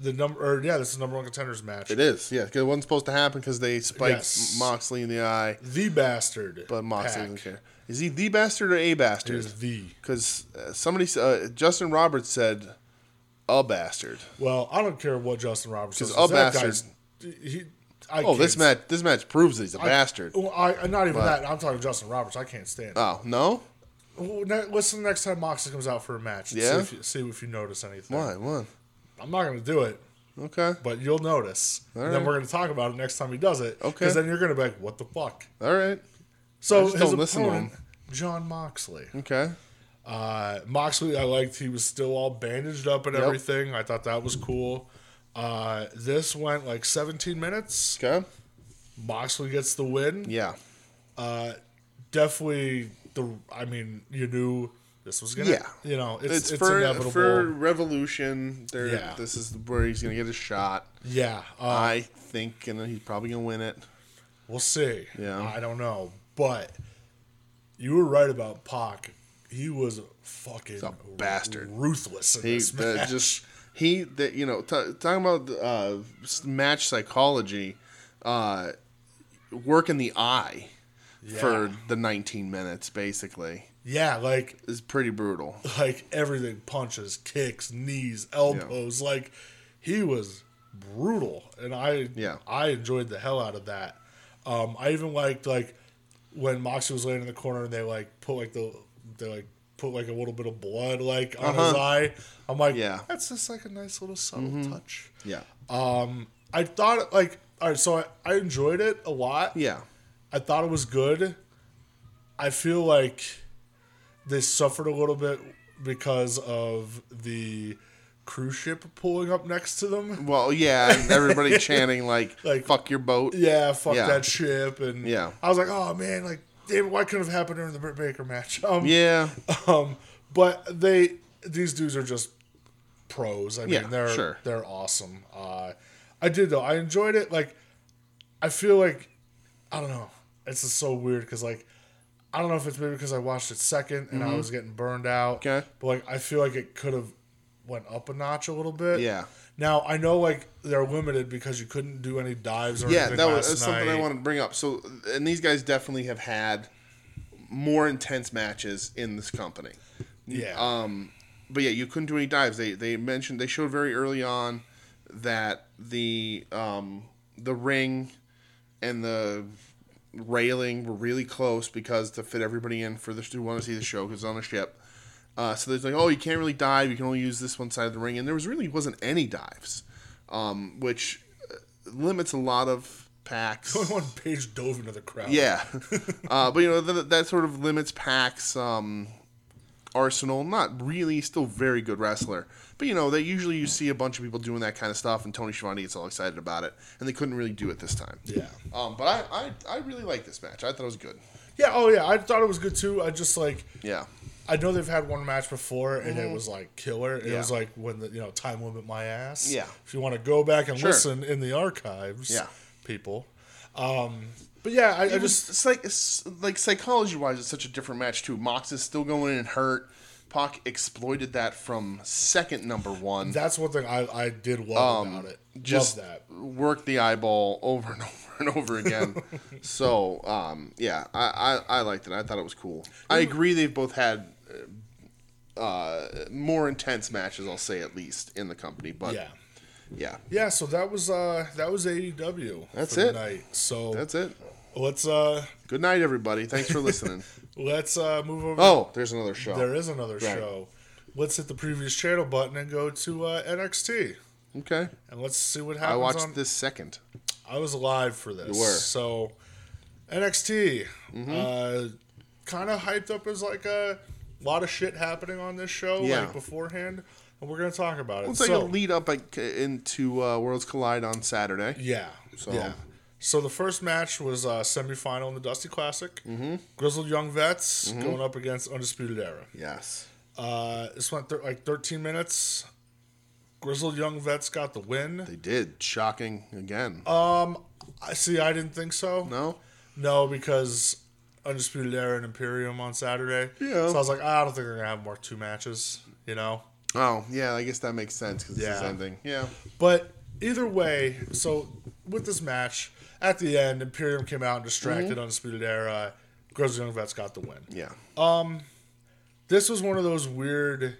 the number or yeah this is number one contenders match
It is. Yeah. 'cause it wasn't supposed to happen because they spiked
Yes.
Moxley in the eye,
the bastard
but Moxley
Pack
doesn't care. Is he the bastard or a bastard?
is the
Because uh, somebody, s- uh, Justin Roberts said, a bastard.
well i don't care what justin roberts says
a
that
bastard-
guy's- he I
Oh, this
can't-
match, this match proves that he's a bastard.
well, I, not even that i'm talking justin roberts i can't stand it.
Oh no,
Well, ne- listen next time moxley comes out for a match and
Yeah?
see, if you, see if you notice anything
why? What?
i'm not going to do it
Okay,
but you'll notice. and
right.
then we're going to talk about it next time he does it.
Okay.
Because then you're going to be like, what the fuck?
all right,
So
just
his
don't listen to
opponent, John Moxley.
okay.
Uh, Moxley, I liked he was still all bandaged up and everything. I thought that was cool. Uh, this went like 17 minutes.
Okay.
Moxley gets the win.
Yeah.
Uh, definitely the. I mean, you knew this was gonna.
Yeah.
You know, it's
It's,
it's,
for
inevitable.
for Revolution. There,
Yeah.
this is where he's gonna get his shot.
yeah. Uh,
I think, and then he's probably gonna win it.
We'll see.
Yeah.
I don't know. But you were right about Pac. He was fucking
bastard.
ruthless in
He
this
the-
match. [laughs]
just he that you know t- talking about uh, s- match psychology, uh, work in the eye for the 19 minutes basically
yeah, like
is pretty brutal.
like everything punches, kicks, knees, elbows. Like he was brutal, and I
Yeah.
I enjoyed the hell out of that. Um, I even liked like when Moxie was laying in the corner and they like put like the they like put like a little bit of blood like on his eye. I'm like,
Uh-huh. Yeah. Mm-hmm.
that's just like a nice little subtle touch.
Yeah,
I thought like all right, so I, I enjoyed it a lot.
yeah,
I thought it was good. I feel like they suffered a little bit because of the cruise ship pulling up next to them.
well, yeah. And
[laughs]
everybody chanting like,
Like-
"fuck your boat."
Yeah, fuck
Yeah.
that ship. And
Yeah.
I was like, oh man, like, damn, it, why couldn't it have happened during the Britt Baker match? [laughs] Um,
Yeah,
um, but they these dudes are just pros. I mean,
Yeah,
they're
sure.
they're awesome. Uh, I did though. I enjoyed it. Like, I feel like I don't know. It's just so weird because like I don't know if it's maybe because I watched it second and I was getting burned out.
Mm-hmm. Okay.
but like I feel like it could have went up a notch a little bit.
Yeah.
Now I know like they're limited because you couldn't do any dives or
yeah.
anything
That was,
last
that's something I
night.
wanted to bring up. So, and these guys definitely have had more intense matches in this company.
Yeah.
um, but yeah, you couldn't do any dives. They they mentioned they showed very early on that the um, the ring and the railing were really close because to fit everybody in for the who want to see the show because on a ship. Uh, so there's like, oh, you can't really dive. You can only use this one side of the ring, and there was really wasn't any dives, um, which uh, limits a lot of packs.
Only [laughs] one page dove into the crowd.
Yeah, [laughs] uh, but you know th- that sort of limits Pac's um, arsenal. Not really, still very good wrestler, but you know that usually you see a bunch of people doing that kind of stuff, and Tony Schiavone gets all excited about it, and they couldn't really do it this time.
Yeah.
Um, but I, I, I really like this match. I thought it was good.
Yeah. Oh yeah. I thought it was good too. I just like
Yeah.
I know they've had one match before and it was like killer. It
Mm-hmm. Yeah.
was like when the you know time limit my ass.
Yeah.
If you want to go back and
Sure.
listen in the archives,
Yeah.
people. Um, but yeah, I, I
It
just
was it's like it's like psychology wise, it's such a different match too. Mox is still going in and hurt. Pac exploited that from second number one.
that's one thing I, I did love about it.
Um, just
love that.
work the eyeball over and [laughs] over and over
[laughs]
again. so um, yeah, I, I I liked it. I thought it was cool. I agree. They've both had uh, more intense matches. I'll say at least in the company, but yeah,
Yeah. Yeah. So that was uh that was AEW.
That's
for the
it.
Night. So
that's it.
let's uh
Good night, everybody. Thanks for listening.
[laughs] let's uh move over.
oh, there's another show.
There is another
Right.
show. Let's hit the previous channel button and go to uh, NXT.
Okay,
And let's see what happens.
I watched
on-
this second.
I was alive for this.
You were. Mm-hmm.
So NXT, uh, kind of hyped up as like a lot of shit happening on this show
Yeah.
like beforehand, and we're gonna talk about it.
It's like
so
a lead up like, into uh, Worlds Collide on Saturday.
yeah, so. yeah. So the first match was uh, semifinal in the Dusty Classic. Mm-hmm. Grizzled Young Vets
Mm-hmm.
going up against Undisputed Era.
Yes.
Uh, this went thir- like 13 minutes. Grizzled Young Vets got the win. Um,
They did. Shocking again.
Uh, I see. I didn't think so.
no?
No, because Undisputed Era and Imperium on Saturday.
Yeah.
So I was like, "Ah, I don't think they're gonna have more two matches, you know.
Oh, yeah, I guess that makes sense because it's
Yeah.
the same thing. Yeah.
But either way, so with this match, at the end, Imperium came out and distracted
Mm-hmm.
Undisputed Era. Girls and Young Vets got the win.
Yeah.
This was one of those weird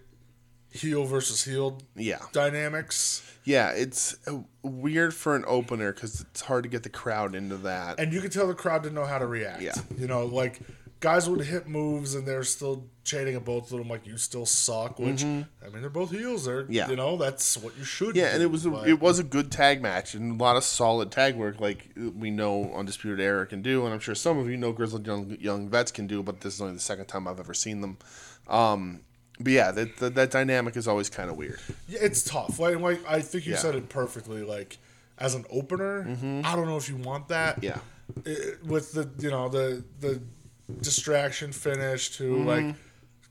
heel versus heel
Yeah.
dynamics.
Yeah, it's uh, weird for an opener because it's hard to get the crowd into that.
and you could tell the crowd didn't know how to react.
Yeah.
You know, like guys would hit moves and they're still chanting at both of them like you still suck, which I mean they're both heels. They're
Mm-hmm. Yeah.
you know, that's what you should
yeah, and
do,
it was a,
but-
it was a good tag match and a lot of solid tag work like we know Undisputed Era can do, and I'm sure some of you know Grizzled Young, Young Vets can do, but this is only the second time I've ever seen them. Um, But yeah, that that, that dynamic is always kind of weird.
Yeah, it's tough. Like, like I think you
Yeah. Mm-hmm.
said it perfectly. Like as an opener, I don't know if you want that.
Yeah.
It- with the you know the the distraction finish to like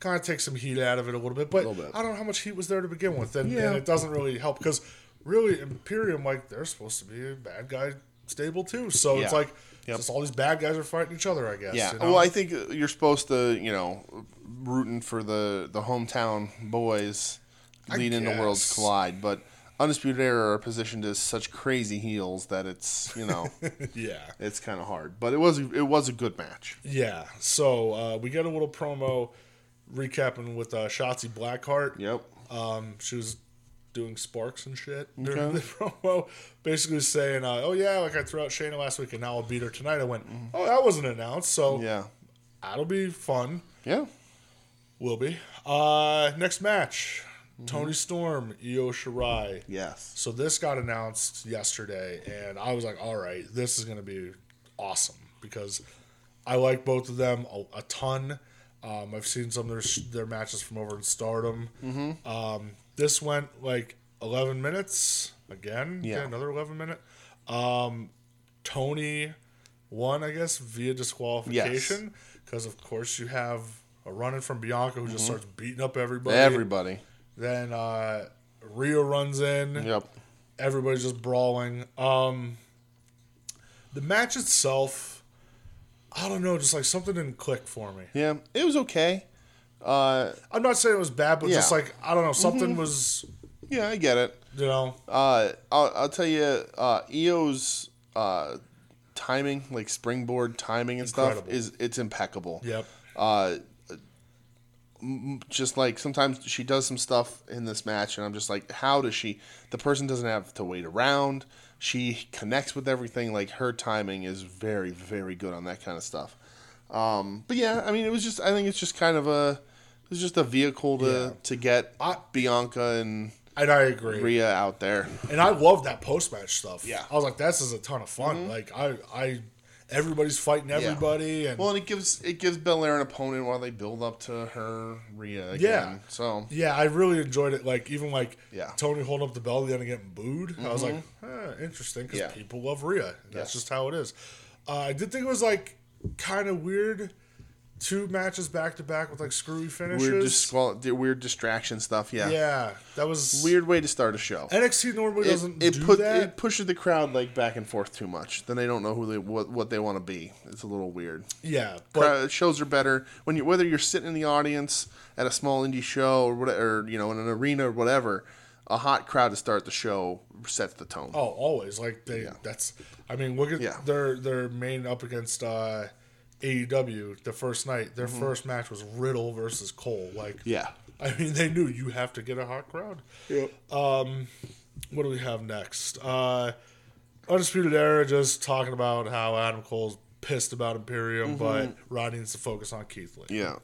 kind of take some heat out of it a little bit. But
Mm-hmm. Little bit.
I don't know how much heat was there to begin with, and,
Yeah.
and it doesn't really help because really Imperium like they're supposed to be a bad guy stable too. So it's
Yeah.
like
Yep.
just all these bad guys are fighting each other. I guess.
Yeah.
you know?
Well, I think uh, you're supposed to, you know, rooting for the the hometown boys leading the worlds
guess.
collide, but Undisputed Era are positioned as such crazy heels that it's you
[laughs]
know
yeah.
it's kind of hard. But it was it was a good match.
Yeah. So uh, we get a little promo recapping with uh, Shotzi Blackheart.
Yep.
Um, she was doing sparks and shit during the [laughs] promo, basically saying, uh, "Oh yeah, like I threw out Shayna last week, and now I'll beat her tonight." I went, "Oh, that wasn't announced, so
Yeah.
that'll be fun.
Yeah.
Will be." Uh, next match: Tony Storm, Io Shirai.
Yes.
So this got announced yesterday, and I was like, "All right, this is going to be awesome because I like both of them a, a ton. Um, I've seen some of their sh- their matches from over in Stardom. Um, this went like 11 minutes again. Yeah,
Yeah.
another 11 minute. Um, Tony won, I guess, via disqualification because of course you have a run in from Bianca who just starts beating up everybody.
Everybody.
Then uh, Rhea runs in
Yep.
everybody's just brawling. Um, the match itself, I don't know, just like something didn't click for me.
Yeah. It was okay. Uh,
I'm not saying it was bad, but just
Yeah. Mm-hmm.
like I don't know, something was,
yeah, I get it.
you know,
Uh, I'll, I'll tell you, uh, EO's uh, timing, like springboard timing and
Incredible.
stuff, is it's impeccable.
yep,
Uh, m- just like sometimes she does some stuff in this match, and I'm just like, how does she? The person doesn't have to wait around. She connects with everything. Like her timing is very, very good on that kind of stuff. Um, but yeah, I mean, it was just. I think it's just kind of a. It was just a vehicle to to get Bianca and
and I agree.
Rhea out there.
And I love that post match stuff.
Yeah. Mm-hmm.
I was like, this is a ton of fun. Like I, I, everybody's fighting everybody, and
Well, and it gives it gives Belair an opponent while they build up to her Rhea again.
Yeah.
So
yeah, I really enjoyed it. Like even like
Yeah. Mm-hmm.
Tony holding up the bell at the end and getting booed. I was like, huh, interesting because
Yeah.
people love Rhea. That's
Yes.
just how it is. Uh, I did think it was like kind of weird. Two matches back to back with like screwy finishes.
weird disqual di- weird distraction stuff. Yeah.
yeah, that was
Weird way to start a show.
NXT normally
It,
doesn't
it
do
put
that.
it pushes the crowd like back and forth too much. Then they don't know who they what, what they want to be. It's a little weird.
yeah, but
Crowd, shows are better when you whether you're sitting in the audience at a small indie show or whatever, or, you know, in an arena or whatever. A hot crowd to start the show sets the tone.
Oh, always like they. That's. I mean, look at
Yeah.
their their main up against uh, AEW the first night. Their first match was Riddle versus Cole. Like,
Mm-hmm. Yeah.
I mean, they knew you have to get a hot crowd.
Yep.
Um, what do we have next? Uh, Undisputed Era just talking about how Adam Cole's pissed about
Mm-hmm.
Imperium, but Rodney needs to focus on Keith Lee.
Yeah.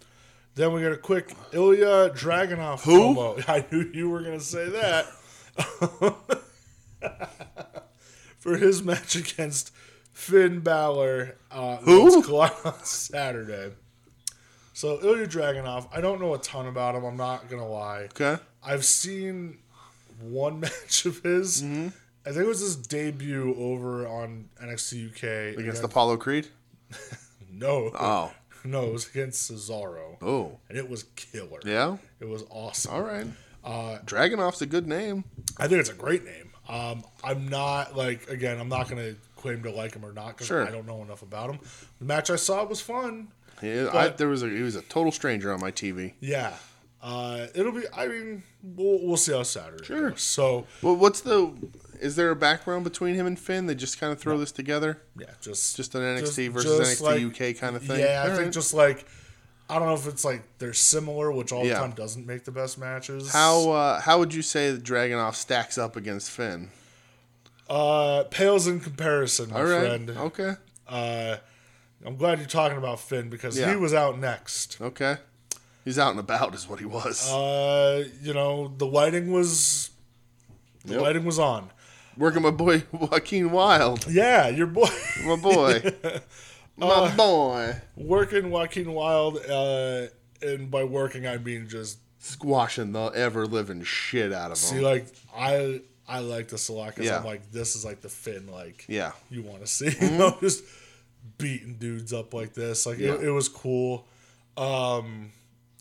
Then we get a quick Ilya Dragunov
Who?
promo. [laughs] I knew you were going to say that. [laughs] For his match against Finn Balor, uh,
Who?
that's going on Saturday. So Ilya Dragunov, I don't know a ton about him. I'm not gonna lie.
Okay.
I've seen one [laughs] match of his.
Mm-hmm.
I think it was his debut over on NXT UK
Against Apollo Creed.
no,
Oh.
no, it was against Cesaro,
Oh.
and it was killer.
Yeah.
It was awesome.
All right.
Uh,
Dragonoff's a good name.
I think it's a great name. Um, I'm not like again. I'm not gonna claim to like him or not because
Sure.
I don't know enough about him. The match I saw was fun.
He, I,
But-
there was a, he was a total stranger on my TV.
Yeah, uh, it'll be. I mean, we'll, we'll see how Saturday.
Sure.
goes. So
Well, what's the? Is there a background between him and Finn? They just kind of throw this together.
yeah, just
Just an NXT
just-
versus
just
NXT UK kind of thing.
Yeah, I
All
think
right.
just like I don't know if it's like they're similar, which all the
Yeah.
time doesn't make the best matches.
How uh, how would you say that Dragonoff stacks up against Finn?
uh, pales in comparison, my
All right.
friend.
Okay.
Uh, I'm glad you're talking about Finn because
Yeah.
he was out next.
Okay. He's out and about, is what he was.
Uh, you know, the lighting was the
Yep.
lighting was on.
Working my boy Joaquin Wild,
Yeah, your boy [laughs]
my boy, my boy.
uh, working Joaquin Wild, uh, and by working I mean just
squashing the ever living shit out of him.
See, like I I like this a lot because
Oh. Yeah.
I'm like, this is like the Finn like
yeah. Mm-hmm.
you want to see. [laughs] You know, just beating dudes up like this. Like
Yeah.
it, it was cool. Um,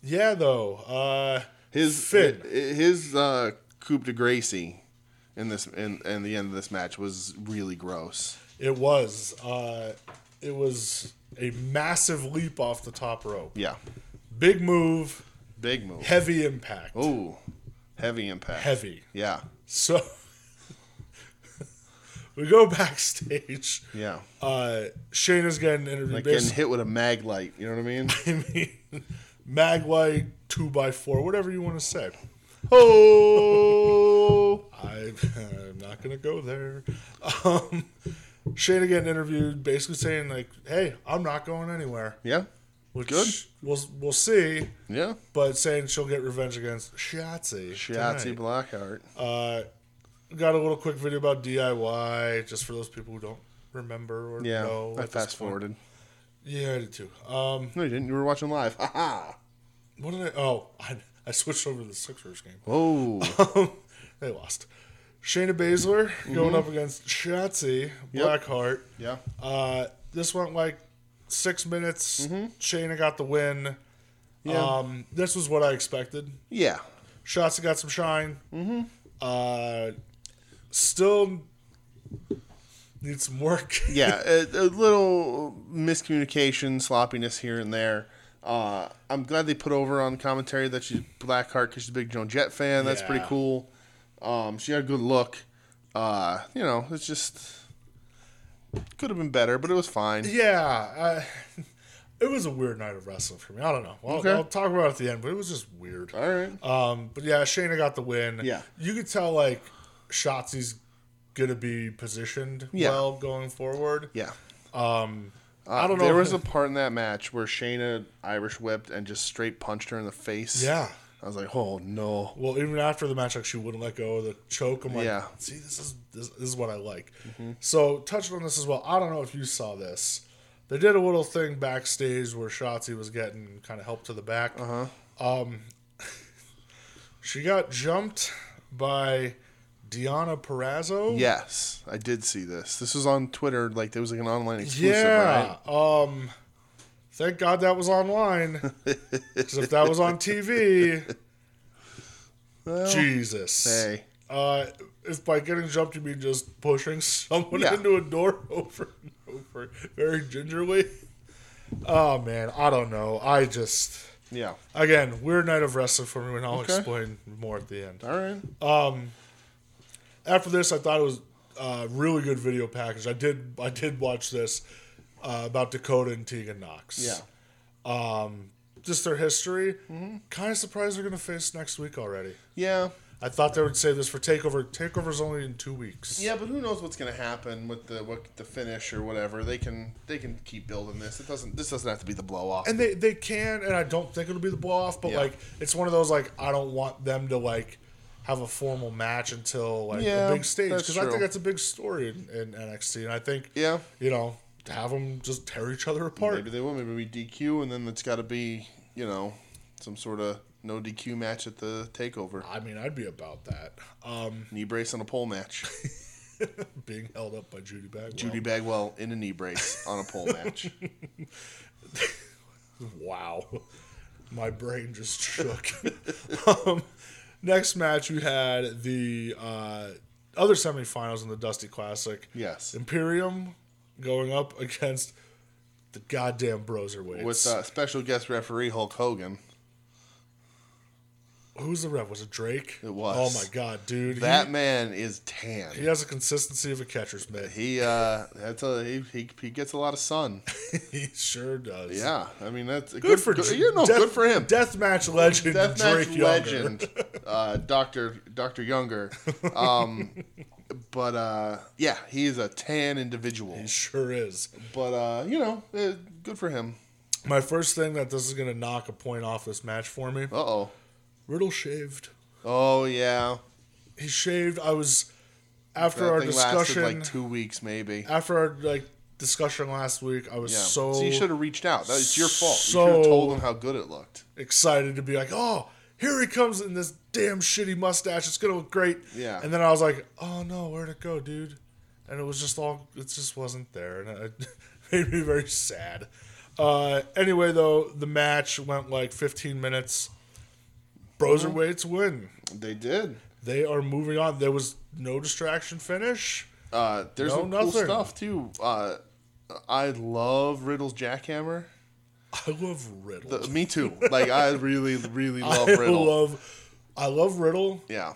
yeah, though. Uh,
His
Finn.
his, his uh coup de Gracie in this in, in the end of this match was really gross.
it was. Uh, it was a massive leap off the top rope.
Yeah.
Big move,
Big move.
heavy impact.
Ooh. Heavy impact.
Heavy.
Yeah.
So [laughs] we go backstage.
Yeah.
Uh, Shayna's getting interviewed.
Like
basically-
getting hit with a mag light, you know what I
[laughs]
mean?
I mean, Maglite, 2 by 4 whatever you want to say. Oh, I, [laughs] I'm not going to go there. Um, Shayna getting interviewed, basically saying, like, hey, I'm not going anywhere.
yeah.
Which
Good.
We'll, we'll see,
Yeah.
but saying she'll get revenge against Shotzi.
Shotzi
tonight.
Blackheart.
Uh, got a little quick video about DIY, just for those people who don't remember or
Yeah.
know.
I
at this
fast forwarded.
point. Yeah, I did too. Um,
No, you didn't. You were watching live. [laughs] Ha ha.
What did I? Oh, [laughs] I, I switched over to the Sixers game.
Oh.
Um, [laughs] they lost. Shayna Baszler going up against Shotzi
Mm-hmm. Yep.
Blackheart.
yeah.
Uh, this went like six minutes. Shayna got the win.
Mm-hmm. Yeah.
Um, this was what I expected.
Yeah.
Shotzi got some shine. Mm-hmm. Uh, still needs some work. [laughs]
yeah, a, a little miscommunication, sloppiness here and there. Uh, I'm glad they put over on commentary that she's Blackheart because she's a big Joan Jett fan. That's pretty
Yeah.
cool. Um, she had a good look. Uh, you know, it's just could have been better, but it was fine.
yeah. I, [laughs] it was a weird night of wrestling for me. I don't know. I'll,
Okay.
I'll talk about it at the end, but it was just weird.
All right.
Um, but yeah, Shayna got the win.
Yeah.
you could tell like Shotzi's gonna be positioned
Yeah.
well going forward.
Yeah.
Uh, I don't know.
There was a part in that match where Shayna Irish whipped and just straight punched her in the face.
[laughs] yeah.
I was like, oh no.
Well, even after the match, like she wouldn't let go of the choke. I'm like,
Yeah. Mm-hmm.
see, this is this, this is what I like. So touching on this as well. I don't know if you saw this. They did a little thing backstage where Shotzi was getting kind of help to the back. Uh-huh. Um, [laughs] she got jumped by Deanna Perrazzo.
Yes, I did see this. This was on Twitter. Like there was like an online exclusive.
Yeah.
Right?
Um. Thank God that was online. Because if that was on TV, Jesus.
[laughs] Hey.
Uh, if by getting jumped you mean just pushing someone
Yeah.
into a door [laughs] over and over very gingerly. Oh man, I don't know. I just
Yeah.
again weird night of wrestling for me, and I'll
Okay.
explain more at the end.
All right.
after this, I thought it was a really good video package. I did I did watch this uh, about Dakota and Tegan Knox.
Yeah.
Um, just their history. Kind of surprised they're going to face next week already.
Yeah.
I thought they would save this for Takeover. Takeover's only in two weeks.
Yeah, but who knows what's gonna happen with the what the finish or whatever. They can they can keep building this. It doesn't this doesn't have to be the blow off.
And they, they can, and I don't think it'll be the blow off, but
Yeah.
like it's one of those like I don't want them to like have a formal match until like
Yeah,
a big stage
that's
because I
true.
think that's a big story in, in NXT, and I think
Yeah.
you know to have them just tear each other apart.
maybe they will, maybe we DQ and then it's gotta be, you know, some sort of no DQ match at the takeover.
I mean, I'd be about that. Um,
Knee brace on a pole
[laughs]
match.
being held up by Judy Bagwell.
Judy Bagwell in a knee brace on a
[laughs]
pole match.
Wow. [laughs] My brain just shook. [laughs] um, next match, we had the uh, other semifinals in the Dusty Classic.
Yes.
Imperium going up against the goddamn Broserweights.
With uh, special guest referee Hulk Hogan.
Who's the ref? Was it Drake?
It was.
Oh, my God, dude. He-
That man is tan.
he, has a consistency of a catcher's mitt.
He uh that's a, he, he he gets a lot of
[laughs]
sun.
He sure does.
Yeah. I mean that's good,
Good for
good, you know,
death-
good for him.
Deathmatch legend
Deathmatch
Drake Younger.
legend, uh, Doctor Doctor
[laughs]
Younger. Um, but uh, yeah, he is a tan individual.
He sure is.
But uh, you know, eh, good for him.
My first thing that this is going to knock a point off this match for me.
Uh oh.
Riddle shaved.
Oh yeah.
He shaved. I was after
That
our
thing
discussion.
lasted like two weeks, maybe.
after our like discussion last week, I was
Yeah.
so
you should have reached out. That's your fault. you
so-
should have told him how good it looked.
excited to be like, oh, here he comes in this damn shitty mustache. It's gonna look great.
Yeah.
And then I was like, oh no, where'd it go, dude? And it was just all, it just wasn't there, and it [laughs] made me very sad. Uh, anyway, though, the match went like 15 minutes. Broserweights win.
They did.
They are moving on. There was no distraction finish.
Uh, there's
No,
some cool
nothing.
stuff too. Uh, I love Riddle's jackhammer.
I love Riddle. [laughs]
Uh, Me too. Like I really, really love
I
Riddle.
love, I love Riddle.
yeah,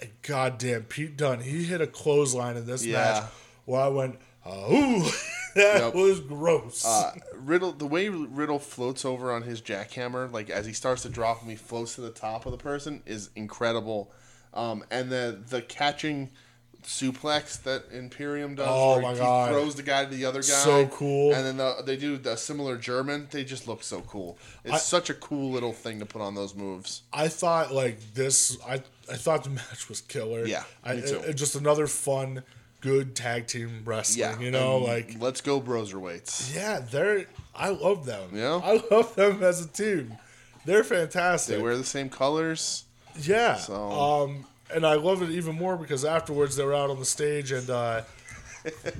And goddamn, Pete Dunne, he hit a clothesline in this
Yeah.
match where I went, ooh, [laughs] that
Yep.
was gross.
uh, Riddle. The way Riddle floats over on his jackhammer, like as he starts to drop him, he floats to the top of the person, is incredible. Um, and the the catching suplex that Imperium does,
Oh
where
my
he
God.
throws the guy to the other guy,
So cool.
And then the, they do the similar German. They just look so cool. It's such a cool little thing to put on those moves.
I thought like this. I I thought the [laughs] match was killer.
Yeah,
I,
me too.
it- it just another fun, good tag team wrestling.
Yeah,
you know,
and
like
let's go, broserweights.
yeah, they're. I love them.
Yeah.
I [laughs] love them as a team. They're fantastic.
They wear the same colors.
yeah.
So-
Um, and I love it even more because afterwards they were out on the stage
[laughs]
and uh,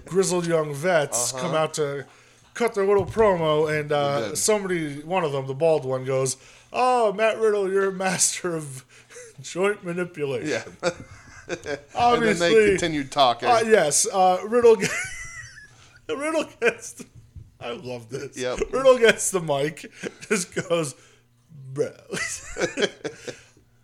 grizzled young vets come out to cut their little promo and uh,
Uh-huh. did.
somebody, one of them, the bald one, goes, "Oh, Matt Riddle, you're a master of." [laughs] Joint manipulation.
Yeah, [laughs] and then
Obviously,
they continued talking.
Uh, yes, uh, Riddle. Get, [laughs] Riddle gets. The, I love this.
Yep.
Riddle gets the mic. Just goes, bro. [laughs]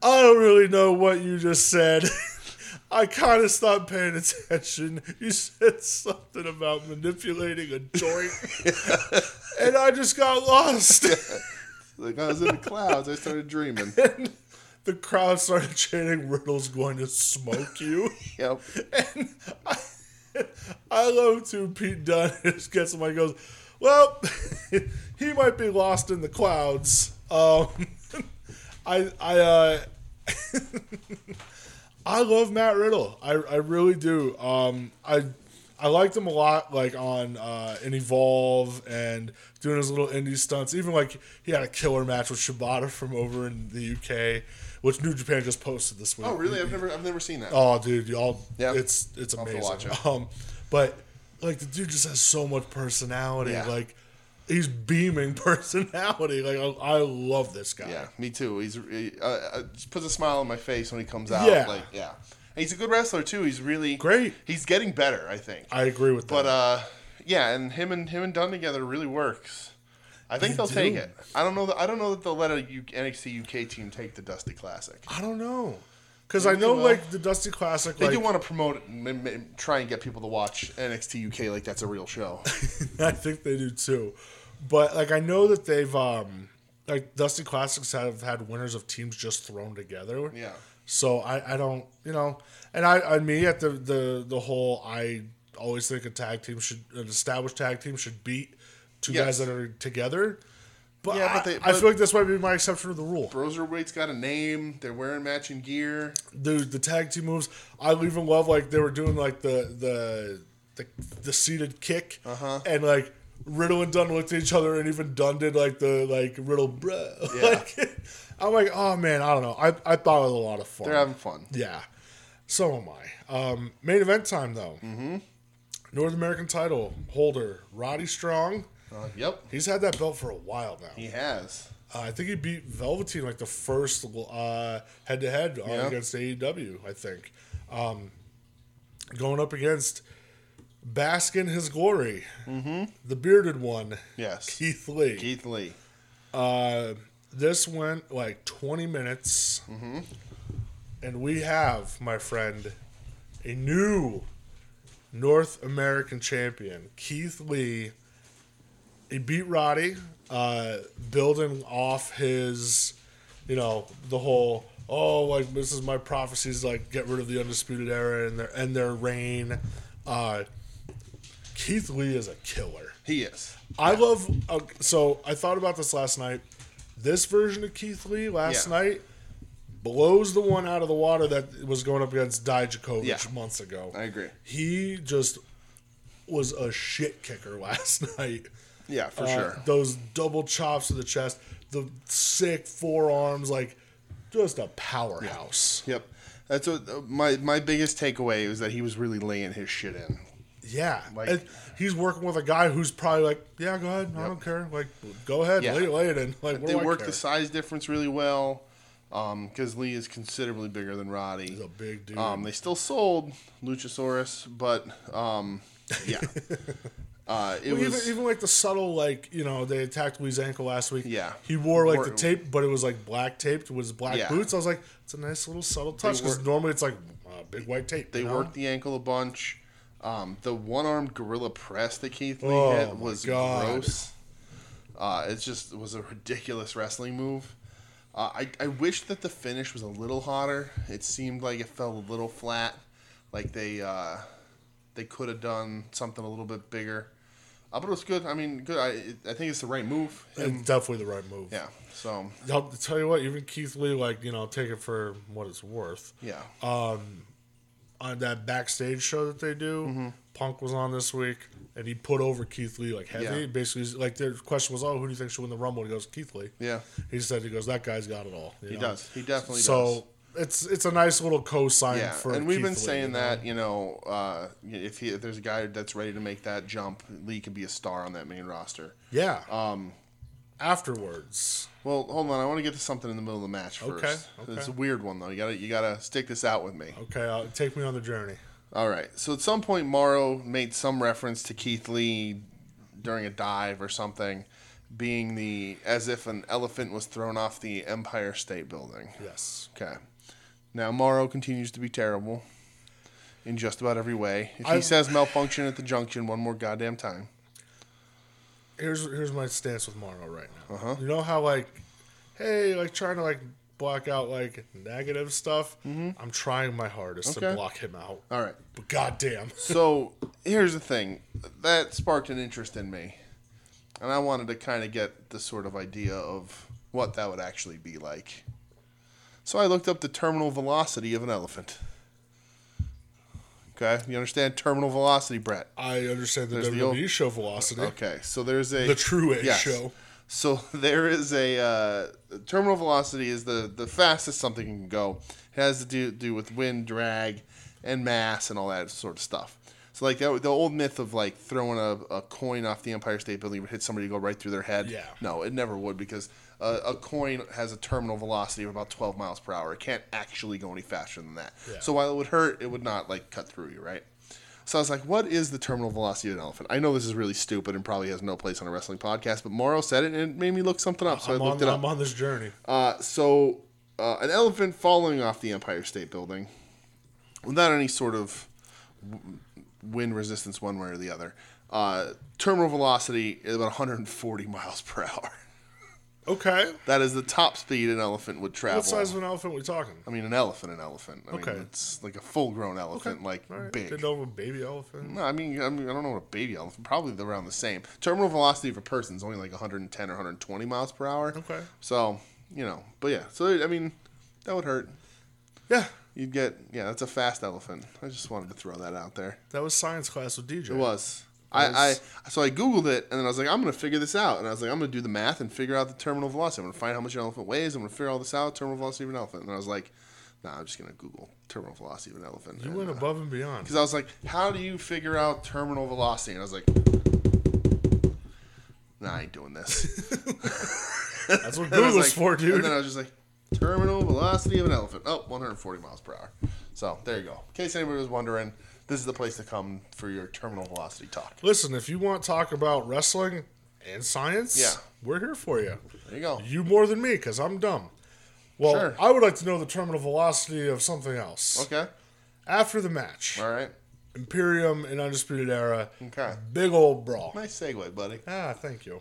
I don't really know what you just said. [laughs] I kind of stopped paying attention. You said something about manipulating a joint, and I just got lost. [laughs]
Like I was in the clouds, I started dreaming.
The crowd started chanting, "Riddle's going to smoke you." [laughs]
Yep.
And I, I love to Pete Dunne [laughs] just gets somebody goes, well, [laughs] he might be lost in the clouds. Um, [laughs] I I uh, [laughs] I love Matt Riddle. I, I really do. Um, I I liked him a lot, like on uh, in Evolve and doing his little indie stunts. Even like he had a killer match with Shibata from over in the UK, which New Japan just posted this week.
Oh, really? I've never, I've never seen that.
Oh, dude, y'all,
Yeah.
it's it's
have to
amazing.
watch it.
[laughs] Um, but like the dude just has so much personality.
Yeah.
Like he's beaming [laughs] personality. Like I, I love this guy.
Yeah, me too. He's he, uh, uh, just puts a smile on my face when he comes out.
Yeah.
Like, yeah. And he's a good wrestler too. He's really
Great.
He's getting better, I think.
I agree with
but
that.
uh, yeah, and him and him and Dunn together really works. I think
They
they'll
do.
take it. I don't know. That, I don't know that they'll let a U- NXT UK team take the Dusty Classic.
I don't know because I know
will.
like the Dusty Classic.
They
like,
do want to promote it and m- m- try and get people to watch NXT UK like that's a real show.
[laughs] I think they do too. But like I know that they've um like Dusty Classics have had winners of teams just thrown together.
Yeah.
So I, I don't you know and I I me at the the the whole I always think a tag team should an established tag team should beat two
Yes.
guys that are together. But,
Yeah,
yeah,
but
but
they-
I
but-
feel like this might be my exception to the rule.
Broserweight's got a name. They're wearing matching gear.
dude, the tag team moves. I even love like they were doing like the the the, the seated kick, uh-huh. and like Riddle and Dunn looked at each other, and even Dunn did like the like Riddle bro. [laughs]
Yeah.
Like, I'm like, oh man, I don't know. I I thought it was a lot of fun.
They're having fun.
yeah, so am I. Um, main event time though. Mm-hmm. North American title holder Roddy Strong.
Uh, yep.
He's had that belt for a while now.
He has.
Uh, I think he beat Velveteen like the first uh, head-to-head on
Yeah.
against AEW. I think um, going up against Bask in His Glory, mm-hmm. the bearded one,
Yes.
Keith Lee.
Keith Lee.
Uh, this went like twenty minutes, and we have, my friend, a new North American champion, Keith Lee. He beat Roddy, uh, building off his, you know, the whole oh like this is my prophecies like get rid of the undisputed era and their and their reign. Uh, Keith Lee is a killer.
He is.
I love. Uh, so I thought about this last night. This version of Keith Lee last
Yeah.
night blows the one out of the water that was going up against Dijakovic
Yeah.
months ago.
I agree.
He just was a shit kicker [laughs] last night.
Yeah, for
Uh,
sure.
Those double chops to the chest, the sick forearms, like just a powerhouse.
Yep. That's what uh, my my biggest takeaway was that he was really laying his shit in.
Yeah, And he's working with a guy who's probably like, yeah, go ahead, I don't care. Like, go ahead,
Yeah.
lay, lay it in. Like, what
They
do I
worked
care?
the size difference really well because Lee is considerably bigger than Roddy.
He's a big dude.
Um, they still sold Luchasaurus, but um,
[laughs]
yeah, uh, it
Well,
was
even, even like the subtle, like you know, they attacked Lee's ankle last week.
Yeah.
he wore like the
Or-
tape, but it was like black taped with his black
Yeah.
boots. I was like, it's a nice little subtle touch because
wor-
normally it's like uh, big white tape.
they
you know?
worked the ankle a bunch. Um, the one armed gorilla press that Keith Lee
Oh,
hit
my
was
God.
gross. Uh, it just was a ridiculous wrestling move. Uh, I, I wish that the finish was a little hotter. It seemed like it fell a little flat. Like they uh, they could have done something a little bit bigger. Uh, but it was good. I mean, good. I I think it's the right move.
It's definitely the right move.
Yeah. So
I'll tell you what, even Keith Lee, like you know, take it for what it's worth.
yeah.
Um, On that backstage show that they do,
Mm-hmm.
Punk was on this week, and he put over Keith Lee like heavy.
Yeah.
Basically, he's- like their question was, "Oh, who do you think should win the Rumble?" He goes, "Keith Lee."
Yeah.
he said, "He goes, that guy's got it all."
He does. He definitely does.
So it's it's a nice little cosign
Yeah,
for.
and we've
Keith
been
Lee,
saying
you know?
that you know uh, if, he, if there's a guy that's ready to make that jump, Lee could be a star on that main roster.
Yeah. Um, afterwards,
Well, hold on, I want to get to something in the middle of the match first.
Okay, okay.
It's a weird one though. You gotta you gotta stick this out with me.
okay, uh, take me on the journey.
All right. So at some point, Morrow made some reference to Keith Lee during a dive or something, being the as if an elephant was thrown off the Empire State Building.
Yes.
Okay. Now Morrow continues to be terrible in just about every way. If he
I-
says malfunction at the junction one more goddamn time,
Here's here's my stance with Morrow right now.
Uh-huh.
You know how like, hey, like trying to like block out like negative stuff. I'm trying my hardest
Mm-hmm. Okay.
to block him out.
all right.
But goddamn,
So here's the thing that sparked an interest in me, and I wanted to kind of get the sort of idea of what that would actually be like. So I looked up the terminal velocity of an elephant. Okay, you understand terminal velocity, Brett?
I understand the
There's the
WWE
old-
show velocity.
Okay, so there's a
The true A show.
So [laughs] there is a uh, terminal velocity is the the fastest something can go. It has to do do with wind, drag, and mass, and all that sort of stuff. So like that, the old myth of like throwing a, a coin off the Empire State Building would hit somebody go right through their head.
Yeah.
No, it never would because a, a coin has a terminal velocity of about 12 miles per hour. It can't actually go any faster than that.
Yeah.
So while it would hurt, it would not like cut through you, right? So I was like, what is the terminal velocity of an elephant? I know this is really stupid and probably has no place on a wrestling podcast, but Morrow said it and it made me look something up. So i
I'm,
looked
on,
it up.
I'm on this journey.
Uh, so uh, an elephant falling off the Empire State Building without any sort of w- wind resistance one way or the other. Uh, terminal velocity is about 140 miles per hour.
Okay.
That is the top speed an elephant would travel.
What size of an elephant are we talking?
I mean, an elephant, an elephant. I
Okay.
mean, it's like a full-grown elephant, like
All right,
big. Mm.
Didn't know of a baby elephant.
No, I mean, I mean, I don't know what a baby elephant. Probably they're around the same. Terminal velocity of a person is only like 110 or 120 miles per hour.
Okay.
So you know, but yeah. So I mean, that would hurt.
Yeah,
You'd get yeah. That's a fast elephant. I just wanted to throw that out there.
that was science class with DJ.
It was. I, I so I googled it and then I was like I'm gonna figure this out and I was like I'm gonna do the math and figure out the terminal velocity I'm gonna find how much an elephant weighs I'm gonna figure all this out terminal velocity of an elephant and I was like nah I'm just gonna Google terminal velocity of an elephant
You
And,
went
uh,
above and
[laughs]
beyond.
because I was like, "How do you figure out terminal velocity?" And I was like, "Nah, I ain't doing this." [laughs]
That's
And
what
I
Google's
was like-
for, dude.
And then I was just like, "Terminal velocity of an elephant." Oh, 140 miles per hour. So there you go. In case anybody was wondering, this is the place to come for your terminal velocity talk.
Listen, if you want to talk about wrestling and science,
Yeah.
we're here for you.
There you go.
You more than me, because I'm dumb. Well,
Sure.
I would like to know the terminal velocity of something else.
Okay.
After the match,
All right.
Imperium and Undisputed Era,
Okay. Mm-hmm.
big old brawl.
Nice segue, buddy.
Ah, thank you.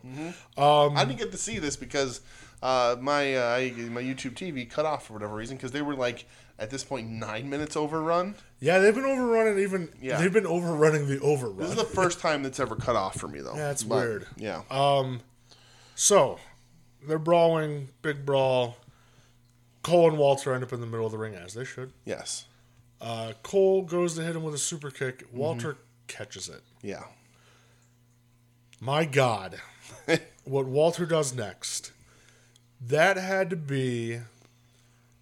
I didn't get to see this because uh, my uh, I- my YouTube TV cut off for whatever reason because they were like at this point nine minutes overrun.
Yeah, they've been overrunning even.
Yeah.
They've been overrunning the overrun.
This is the first time that's ever cut off for me, though.
That's
But,
weird. Uh,
Yeah.
Um, So, they're brawling, big brawl. Cole and Walter end up in the middle of the ring as they should.
yes.
Uh, Cole goes to hit him with a super kick.
Mm-hmm.
Walter catches it.
Yeah. [laughs]
My God, what Walter does next? That had to be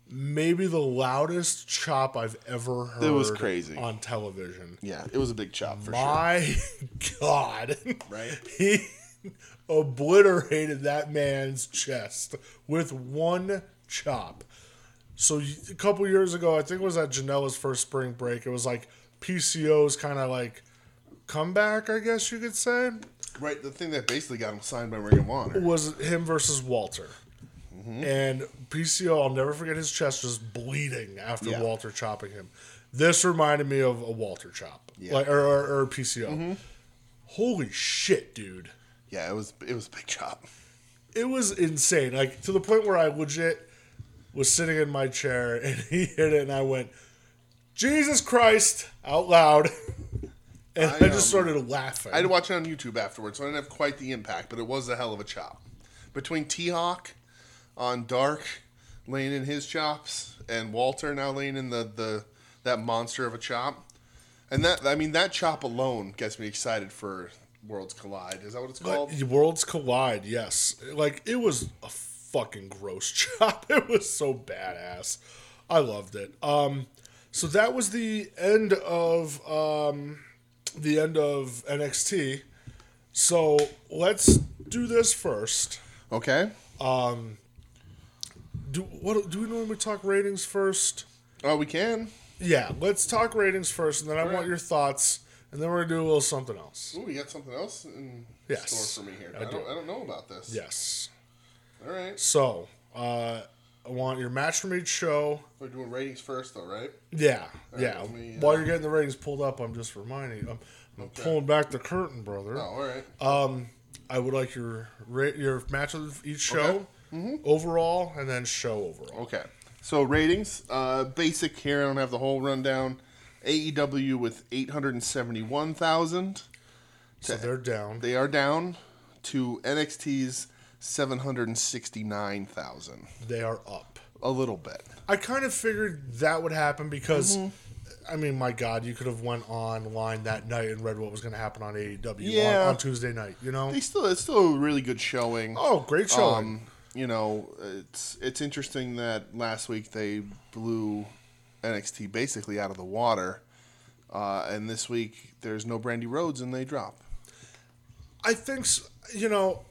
maybe the loudest chop I've ever heard.
It was crazy.
on television.
Yeah, it was a big chop for sure.
My [laughs] God,
Right?
[laughs] he obliterated that man's chest with one chop. So y- a couple years ago, I think it was at Janela's first spring break. It was like PCO's kind of like comeback, I guess you could say.
Right, the thing that basically got him signed by Ring of Honor.
was him versus Walter.
Mm-hmm.
And PCO, I'll never forget his chest just bleeding after
Yeah.
Walter chopping him. This reminded me of a Walter chop, like or, or, or PCO.
Mm-hmm.
Holy shit, dude!
Yeah, it was it was a big chop.
It was insane. Like to the point where I legit was sitting in my chair [laughs] and he hit it, and I went, "Jesus Christ!" out loud, [laughs] and I,
I, um,
just started laughing.
I had to watch it on YouTube afterwards, so I didn't have quite the impact, but it was a hell of a chop. Between T Hawk on Dark laying in his chops and Walter now laying in the, the that monster of a chop. And that I mean that chop alone gets me excited for Worlds Collide. Is that what it's called?
But worlds collide. Yes, like it was a fucking gross [laughs] chop. It was so badass. I loved it. Um, so that was the end of um, the end of NXT. So let's do this first.
Okay.
Do what? Do we normally talk ratings first?
Oh, we can.
Yeah, let's talk ratings first, and then I want your thoughts, and then we're gonna do a little something else.
Ooh, you got something else in
Yes,
store for me here.
I
I,
do.
don't I don't know about this.
Yes.
All right.
So uh, I want your match from each show.
We're doing ratings first though, right?
Yeah, yeah.
let me, uh,
While you're getting the ratings pulled up, I'm just reminding you. I'm, I'm pulling back the curtain, brother.
Oh, all right.
I would like your ra- your match of each show
Okay. Mm-hmm.
overall, and then show overall.
Okay. So ratings, uh, basic here. I don't have the whole rundown. AEW with eight hundred and seventy-one thousand.
So they're down.
They are down to NXT's seven hundred and sixty-nine thousand.
They are up.
A little bit.
I kind of figured that would happen because,
Mm-hmm.
I mean, my God, you could have went online that night and read what was going to happen on AEW
Yeah.
on, on Tuesday night. You know?
They still, it's still a really good showing.
oh, great showing.
Um, you know, it's it's interesting that last week they blew NXT basically out of the water, uh, and this week there's no Brandy Rhodes and they drop.
I think s- you know.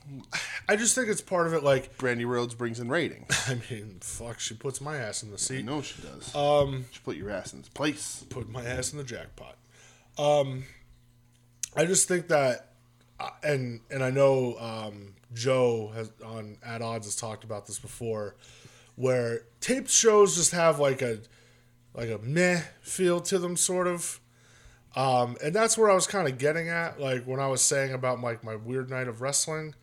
I just think it's part of it. Like, [sighs]
Brandy Rhodes brings in ratings.
I mean, fuck, she puts my ass in the seat.
I know she does. Um, she put your ass in its place.
put my ass in the jackpot. Um, I just think that, uh, and and I know um, Joe has on at odds has talked about this before, where taped shows just have like a like a meh feel to them, sort of. Um, and that's where I was kind of getting at, like when I was saying about like my weird night of wrestling.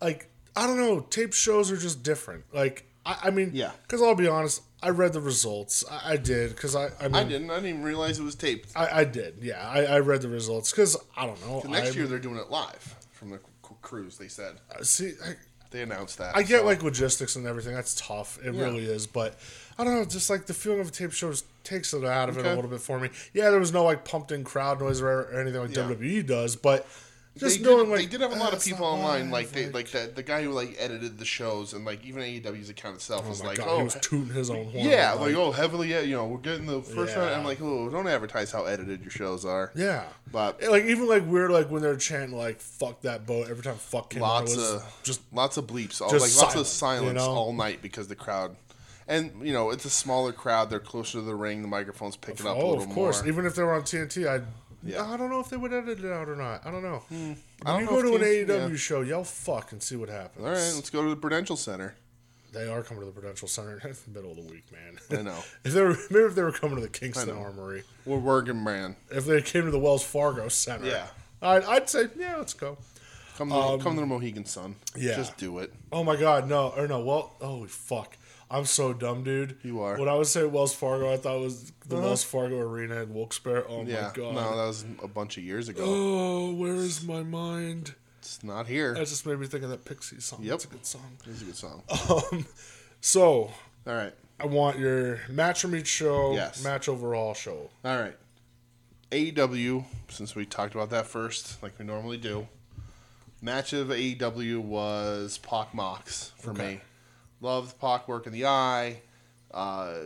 Like I don't know, taped shows are just different. Like I, I mean,
Yeah.
Because I'll be honest, I read the results. I, I did because I, I mean,
I didn't. I didn't even realize it was taped.
I, I did. Yeah, I, I read the results because I don't know.
Next
I'm-
year they're doing it live from the c- cruise. They said
see, I,
they announced that.
I get
so-
like logistics and everything. That's tough. It really is. But I don't know. Just like the feeling of a tape show just takes it out of it a
Okay.
little bit for me. Yeah, there was no like pumped in crowd noise or, or anything like
Yeah.
WWE does, but
they
just
did,
knowing like
they did have a lot
"Ah,
of
it's
people
not Oh
online,
live,"
like they like that the guy who like edited the shows and like even AEW's account itself was
oh my
like,
god,
oh
he was tooting his own horn.
yeah, like, oh heavily, ed- you know, we're getting the first round. I'm
Yeah.
like, oh, don't advertise how edited your shows are.
yeah.
but
Like even like weird like when they're chanting like "fuck that boat" every time "fuck" came on, it
lots
was
of
just
just lots of bleeps, all,
just
like lots of
silent,
silence
you know?
all night because the crowd. And you know it's a smaller crowd. They're closer to the ring. The microphones pick it up a
Oh,
little
of course.
more.
Even if they were on TNT, I
Yeah.
I don't know if they would edit it out or not. I don't know. When
Hmm. I don't
you
know
go to
if
an
TNT
AEW show, yell fuck and see what happens.
All right, let's go to the Prudential Center.
They are coming to the Prudential Center [laughs] in the middle of the week, man.
I know.
[laughs] if they were, maybe if they were coming to the Kingston Armory,
We're working, man.
if they came to the Wells Fargo Center,
Yeah.
I'd, I'd say yeah, let's go.
Come to, come to the Mohegan Sun.
Um, yeah.
just do it.
Oh my god, no, or no, well, holy fuck. I'm so dumb, dude.
You are. Uh-huh.
When I was saying Wells Fargo, I thought it was the Wells Fargo Arena in Wilkes-Barre. Oh
Yeah,
my god.
no, that was a bunch of years ago.
oh, where is my mind?
It's not here.
That just made me think of that Pixie song.
Yep.
That's a good song.
That's a good song.
Um, so
All right,
I want your match from each show,
Yes.
match overall show.
all right. AEW, since we talked about that first, like we normally do. Match of E AEW was Pac Mox for me. Loved Pac work in the eye. Uh,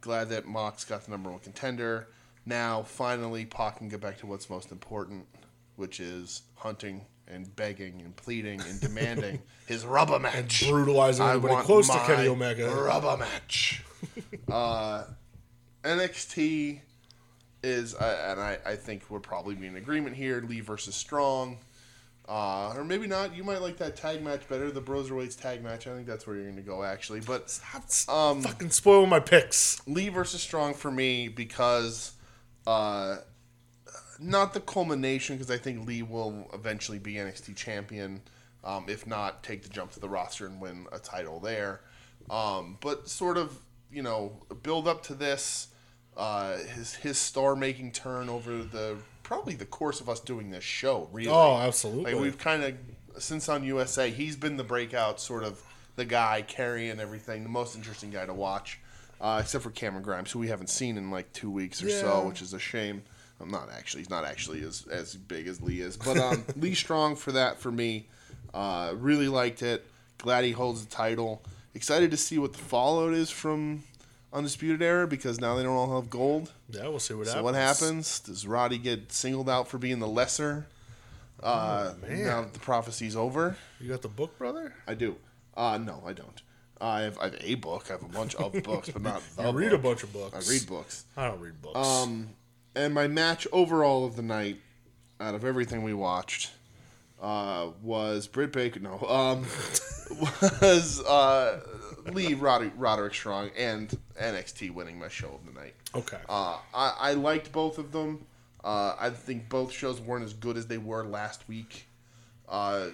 glad that Mox got the number one contender. Now, finally, Pac can get back to what's most important, which is hunting and begging and pleading and demanding his rubber match.
Brutalizing
I
anybody
want
close to
my
Kenny Omega.
rubber match. [laughs] uh, NXT is, uh, and I, I think we're probably be in agreement here. Lee versus Strong, uh, or maybe not. You might like that tag match better, the Broserweights tag match. I think that's where you're going to go actually. But
That's
Um,
fucking spoiling my picks.
Lee versus Strong for me because uh, not the culmination because I think Lee will eventually be NXT champion, um, if not take the jump to the roster and win a title there. Um, but sort of you know build up to this uh, his his star making turn over the probably the course of us doing this show really.
Oh, absolutely.
Like we've kind of since on USA, he's been the breakout sort of the guy carrying everything, the most interesting guy to watch, uh, except for Cameron Grimes, who we haven't seen in like two weeks or so,
Yeah.
which is a shame. I'm not actually. He's not actually as as big as Lee is, but um, Lee Strong for that for me. Uh, really liked it. Glad he holds the title. Excited to see what the fallout is from Undisputed Era because now they don't all have gold.
yeah, we'll see what
So
happens.
what happens? Does Roddy get singled out for being the lesser? Uh,
Oh,
Now that the prophecy's over,
You got the book, brother?
I do. Uh, no, I don't. I have I have a book. I have a bunch of
[laughs]
books, but not the
I read a
book.
bunch of books.
I read books. Um,
I don't read books.
And my match overall of the night, out of everything we watched, uh, was Britt Baker. No, um, [laughs] was uh, Lee Roderick, Roderick Strong and NXT winning my show of the night.
okay.
Uh, I, I liked both of them. Uh, I think both shows weren't as good as they were last week. Uh,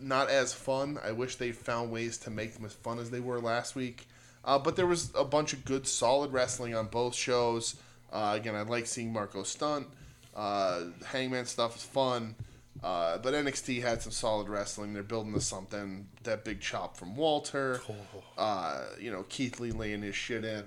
not as fun. I wish they found ways to make them as fun as they were last week. Uh, but there was a bunch of good, solid wrestling on both shows. Uh, again, I like seeing Marco stunt. Uh, Hangman stuff is fun. Uh, but NXT had some solid wrestling. They're building to something. That big chop from Walter. Uh, you know, Keith Lee laying his shit in.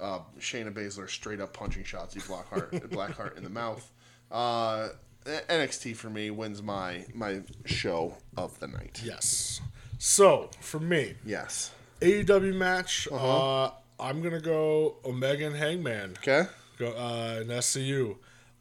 Uh, Shayna Baszler straight up punching Shotzi Blackheart, Blackheart in the mouth. Uh, NXT for me wins my my show of the night.
yes. So, for me,
Yes.
AEW match, uh
Uh-huh.
I'm going to go Omega and Hangman.
Okay.
Go, uh, in SCU.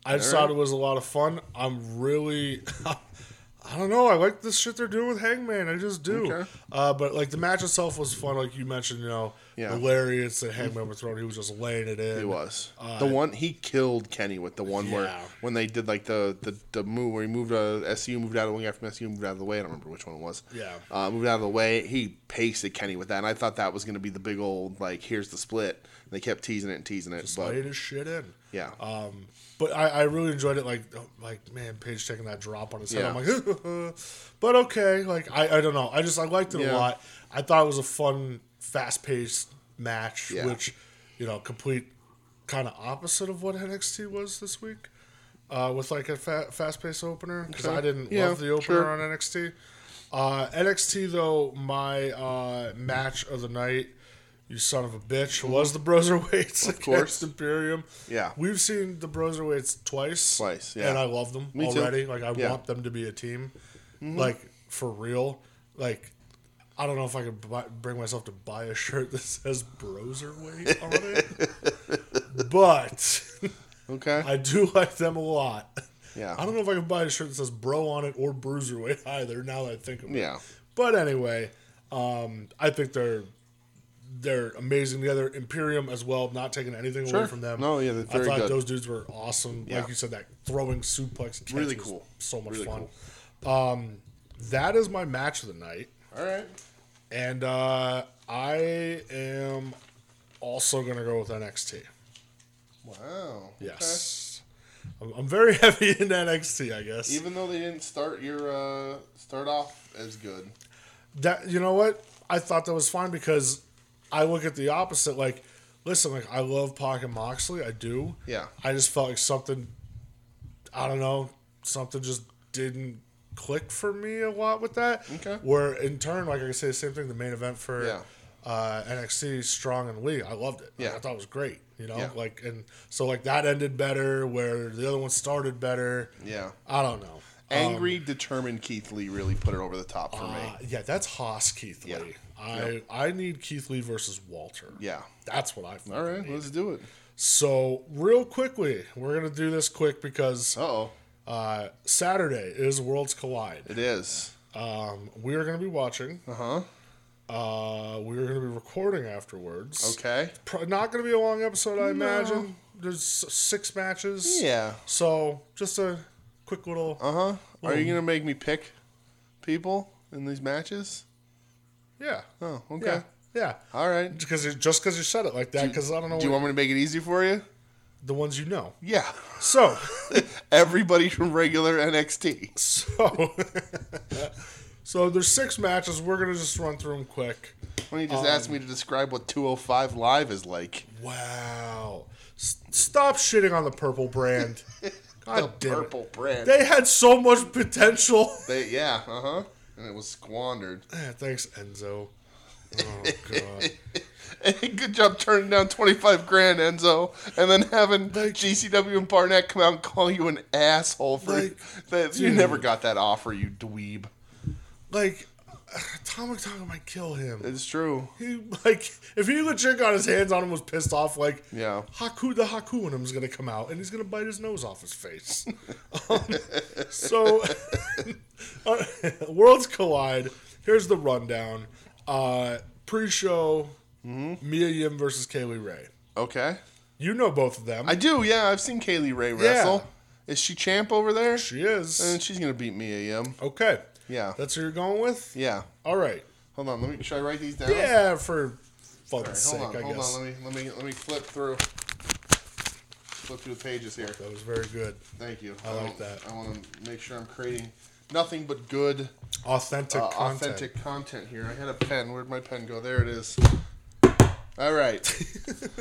I just thought it was a lot of fun. I'm really, [laughs] I don't know. I like the shit they're doing with Hangman. I just do.
Okay.
Uh, but like the match itself was fun. Like you mentioned, you know,
Yeah.
the lariats that Hangman was throwing. He was just laying it in.
It was the one he killed Kenny with the one where
Uh, Yeah.
when they did like the the, the move where he moved uh, SU moved out of the way after SU moved out of the way. I don't remember which one it was.
Yeah.
uh, moved out of the way. He pasted Kenny with that, and I thought that was going to be the big old like here's the split. And they kept teasing it and teasing it, but
Laying his shit in.
yeah,
Um, but I, I really enjoyed it. Like, oh, like man, Paige taking that drop on his head.
Yeah.
I'm like, [laughs] but okay. Like, I, I don't know. I just I liked it
Yeah.
a lot. I thought it was a fun, fast paced match,
Yeah.
which you know, complete kind of opposite of what NXT was this week. Uh, with like a fa- fast paced opener because
Okay.
I didn't
Yeah,
love the opener
sure.
on NXT. Uh, NXT though, my uh, match of the night, you son of a bitch, was the Broserweights of
course.
course Imperium.
Yeah.
We've seen the Broserweights twice.
Twice, yeah.
And I love them
Me too.
already. Like I
Yeah. Mm-hmm.
want them to be a team. Like for real. Like I don't know if I could buy, bring myself to buy a shirt that says Broserweight on
[laughs]
it. but
okay,
I do like them a lot.
Yeah.
I don't know if I can buy a shirt that says bro on it or bruiserweight either now that I think of it.
Yeah.
But anyway, um, I think they're they're amazing together. Imperium as well, not taking anything
Sure.
away from them.
No, yeah, they're very
I thought
good.
those dudes were awesome.
Yeah.
Like you said, that throwing suplex catch
Really
was
cool.
So much
Really
fun. Um, that is my match of the night.
all right,
And uh, I am also gonna go with NXT.
wow, Okay.
Yes. I'm- I'm very [laughs] heavy in NXT, I guess.
Even though they didn't start your uh, start off as good,
that you know what? I thought that was fine because I look at the opposite. Like, listen, like I love Pac and Moxley, I do.
Yeah.
I just felt like something. I don't know. Something just didn't click for me a lot with that.
Okay.
Where in turn, like I could say the same thing. The main event for
Yeah.
uh, NXT Strong and Lee, I loved it.
Yeah.
I thought it was great. You know,
Yeah.
like and so like that ended better. Where the other one started better.
yeah. Um,
I don't know.
Angry, determined Keith Lee really put it over the top for me.
Uh, yeah, that's Haas Keith Lee.
Yeah.
I I need Keith Lee versus Walter.
Yeah.
That's what I fucking
All right,
need.
let's do it.
So real quickly, we're gonna do this quick because
Uh oh.
uh, Saturday is Worlds Collide.
It is.
Um, we are gonna be watching.
Uh huh.
Uh, we are gonna be recording afterwards.
Okay.
Pro- not gonna be a long episode, I imagine. There's s- six matches.
Yeah.
So just a quick little.
Uh huh. Are you gonna make me pick people in these matches?
yeah.
Oh, okay.
Yeah. Yeah.
All right.
Because just because you said it like that, because I don't know
Do you
what-
want me to make it easy for you?
the ones you know.
Yeah.
So,
Everybody from regular NXT.
so, so there's six matches. We're gonna just run through them quick.
When you just asked me to describe what 205 Live is like.
Wow! S- stop shitting on the purple brand. God damn
Purple brand.
it! They had so much potential. [laughs]
They- yeah, uh huh. And it was squandered.
Eh, Thanks, Enzo. Oh god!
Good job turning down 25 grand, Enzo, and then having GCW and Barnett come out and call you an asshole for
Like,
that. You
dude.
never got that offer, you dweeb.
Like, [sighs] Tom McTonga might kill him.
It's true.
He like if he legit got his hands on him was pissed off. Like,
Yeah.
Haku the Haku in him's gonna come out and he's gonna bite his nose off
[laughs]
his face. um, so, [laughs] uh, worlds collide. Here's the rundown. Uh, pre-show,
Mm-hmm.
Mia Yim versus Kaylee Ray.
Okay.
You know both of them.
I do, yeah. I've seen Kaylee Ray wrestle. Is she champ over there?
she is
And she's going to beat Mia Yim.
okay.
Uh, Yeah.
That's who you're going with.
Yeah.
All right.
Hold on. Let me. Should I write these down?
Yeah, for fuck's
All right,
sake,
hold on.
I
Hold
guess
on. Let me. Let me. Let me flip through. Flip through the pages here.
that was very good.
Thank you.
I like
don't-
that.
I want to make sure I'm creating nothing but good,
Authentic
uh,
content.
authentic content here. I had a pen. Where'd my pen go? There it is. All right.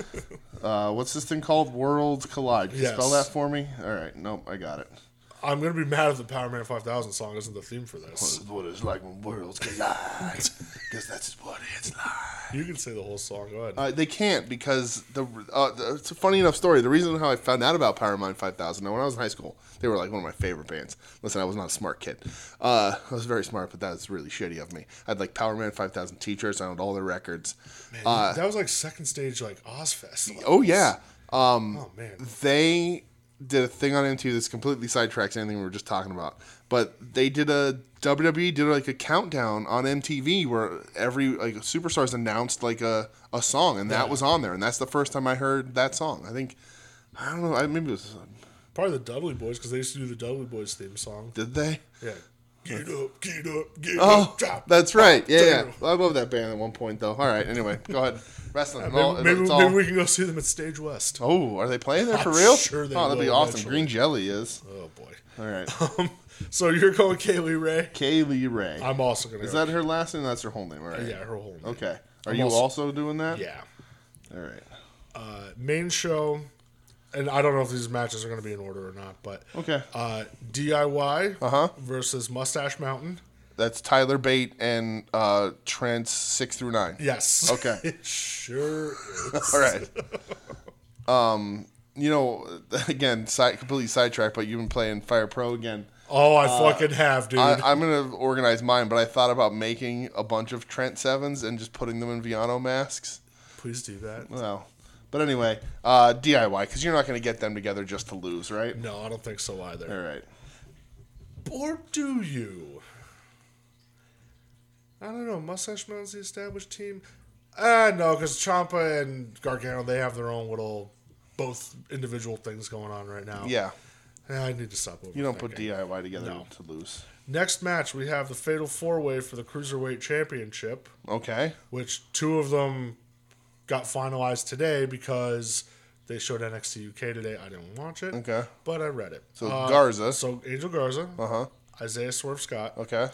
[laughs] uh, what's this thing called? Worlds Collide. Can you
Yes.
spell that for me? All right. Nope. I got it.
I'm gonna be mad if the Power Man 5000 song isn't the theme for this.
what it's like when worlds collide. [laughs] Because that's what it's like.
You can say the whole song. Go ahead.
Uh, they can't because the, uh, the it's a funny enough story. The reason how I found out about Power Mind Five Thousand when I was in high school, they were like one of my favorite bands. Listen, I was not a smart kid. Uh, I was very smart, but that's really shitty of me. I had like Power Man Five Thousand t-shirts. I owned all their records. Uh,
that was like second stage, like Ozfest. Like,
oh yeah, um,
oh man,
they did a thing on MTV that's completely sidetracks anything we were just talking about. But they did a WWE did like a countdown on MTV where every like superstars announced like a, a song and that was on there and that's the first time I heard that song. I think I don't know. I maybe it was
probably the Dudley Boys because they used to do the Dudley Boys theme song.
did they?
Yeah, get up, get up, get
Oh,
up, drop.
that's right. Yeah, yeah.
[laughs] Damn.
I love that band at one point though. All right. Anyway, go ahead. Wrestling.
maybe,
all,
maybe,
it's all-
maybe we can go see them at Stage West.
oh, are they playing there for
I'm
real?
sure they
oh, that'd be
will
awesome.
eventually.
Green Jelly is.
Oh boy. [laughs]
All right.
Um, so you're going Kaylee Ray.
Kaylee Ray.
I'm also gonna.
Is
go.
that her last name? That's her whole name, all right?
yeah her whole name?
Okay. Are
I'm
you
also-
also doing that?
Yeah.
All right.
Uh, main show, and I don't know if these matches are gonna be in order or not, but
Okay.
Uh, DIY
Uh-huh.
versus Mustache Mountain.
That's Tyler Bate and uh, Trent six through nine.
Yes.
Okay.
[laughs] it sure is.
All right. [laughs] um, you know, [laughs] again, side, completely sidetracked, but you've been playing Fire Pro again.
Oh, I fucking have, dude.
Uh, I, I'm gonna organize mine, but I thought about making a bunch of Trent sevens and just putting them in Viano masks.
Please do that.
Well, but anyway, uh, DIY because you're not gonna get them together just to lose, right?
No, I don't think so
All
either.
right.
Or do you? I don't know. Mustache Mountain's the established team. Ah, no, because Champa and Gargano they have their own little, both individual things going on right now.
Yeah.
Ah, I need to stop over.
You don't put DIY together
No.
to lose.
Next match, we have the Fatal Four Way for the Cruiserweight Championship.
Okay.
which two of them got finalized today because they showed NXT UK today. I didn't watch it,
Okay.
but I read it. Uh,
So Garza.
so Angel Garza,
Uh-huh.
Isaiah Swerve Scott,
Okay.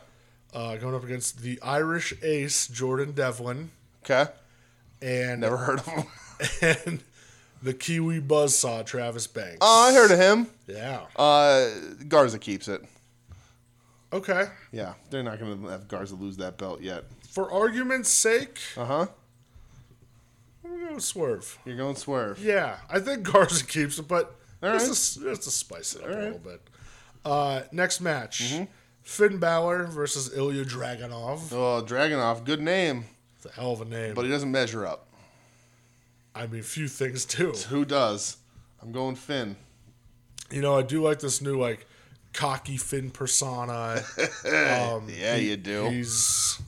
uh, going up against the Irish Ace Jordan Devlin
Okay.
and
Never heard of him.
[laughs] and the Kiwi Buzzsaw Travis Banks.
Oh, [laughs] I heard of him.
yeah.
Uh, Garza keeps it.
Okay.
Yeah, they're not going to have Garza lose that belt yet.
For argument's sake,
Uh huh.
I'm gonna go with Swerve.
You're going Swerve.
Yeah, I think Garza keeps it, but
All
just,
right.
to, just to spice it up a
right. Mm-hmm.
little bit. Uh, next match Finn Balor versus Ilya Dragunov.
Oh, Dragonoff, good name,
It's a hell of a name.
but he doesn't measure up.
I mean, few things do.
Who does? I'm going Finn.
You know, I do like this new, like, cocky
[laughs]
Finn persona. Um,
Yeah, you do.
He's,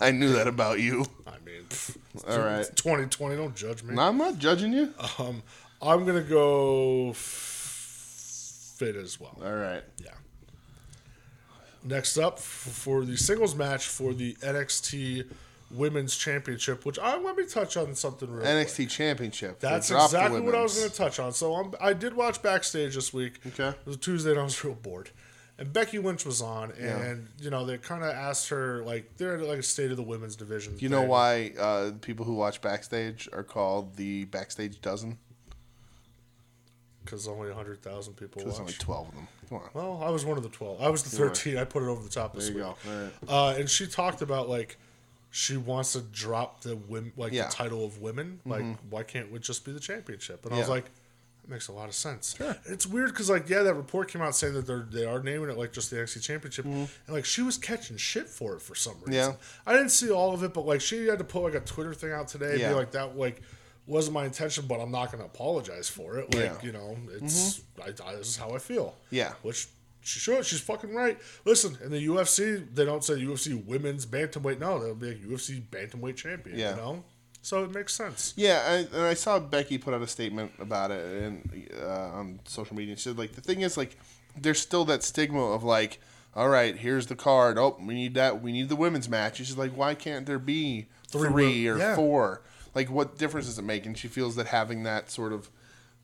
I knew that about [laughs] you.
I mean, pff,
All right.
2020, don't judge me.
I'm not judging you.
Um, I'm going to go f- Finn as well.
All right.
Yeah. Next up f- for the singles match for the NXT Women's Championship, which I let me touch on something real quick.
NXT Championship. They
That's
dropped the
exactly what I was going
women's.
to touch on. So um, I did watch backstage this week.
Okay.
it was Tuesday, and I was [laughs] real bored. And Becky Lynch was on, and you know they kind of asked her like they're at, like a state of the women's division.
You know
thing.
why uh, people who watch backstage are called the backstage dozen?
Because only hundred thousand people
There's only
watch.
twelve of them. Come on.
Well, I was one of the twelve. I was the thirteen. I put it over the top this
There you
week.
go. All right.
Uh, and she talked about like she wants to drop the women, like
Yeah. Mm-hmm.
the title of women. Like, why can't it just be the championship? And I was
Yeah.
like, that makes a lot of sense. It's weird because like yeah, that report came out saying that they're they are naming it like just the NXT championship, and like she was catching shit for it for some
Mm-hmm.
reason.
Yeah.
I didn't see all of it, but like she had to put like a Twitter thing out today. and
Yeah.
Be like that like. Wasn't my intention, but I'm not going to apologize for it. Like,
Yeah. Mm-hmm.
you know, it's I, I, this is how I feel.
Yeah.
Which she should. She's fucking right. Listen, in the UFC, they don't say UFC women's bantamweight. No, they'll be like UFC bantamweight champion.
Yeah.
You know, so it makes sense.
Yeah, I, and I saw Becky put out a statement about it and uh, on social media. She said, like, the thing is, like, there's still that stigma of like, all right, here's the card. Oh, we need that. We need the women's match. And she's like, why can't there be three,
Three wo-
or
yeah.
four? Like, what difference does it make? And she feels that having that sort of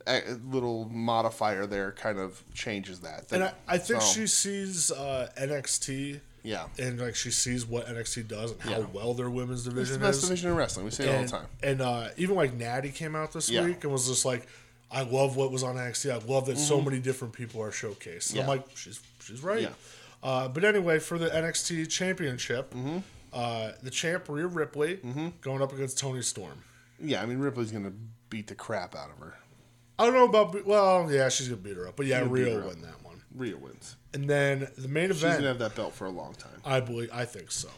eh, little modifier there kind of changes that. oh,
And I, I think
so-
she sees uh, NXT.
Yeah.
And like she sees what NXT does and how
Yeah.
well their women's
It's the
division
best
is.
division in wrestling. We say it all the
and,
time.
and uh, even like Natty came out this
Yeah.
week and was just like, "I love what was on NXT. I love that so many different people are showcased."
Mm-hmm.
And I'm
Yeah.
like, "She's she's right."
Yeah.
Uh, but anyway, for the NXT Championship,
Mm-hmm.
uh, the champ Rhea Ripley going up against Tony Storm.
Yeah, I mean, Ripley's going to beat the crap out of her.
I don't know about be- well, yeah, she's gonna beat her up, but yeah,
beat
Rhea
her up.
will win that one.
Rhea wins.
And then the main
She's going
event,
to have that belt for a long time.
I believe, I think so.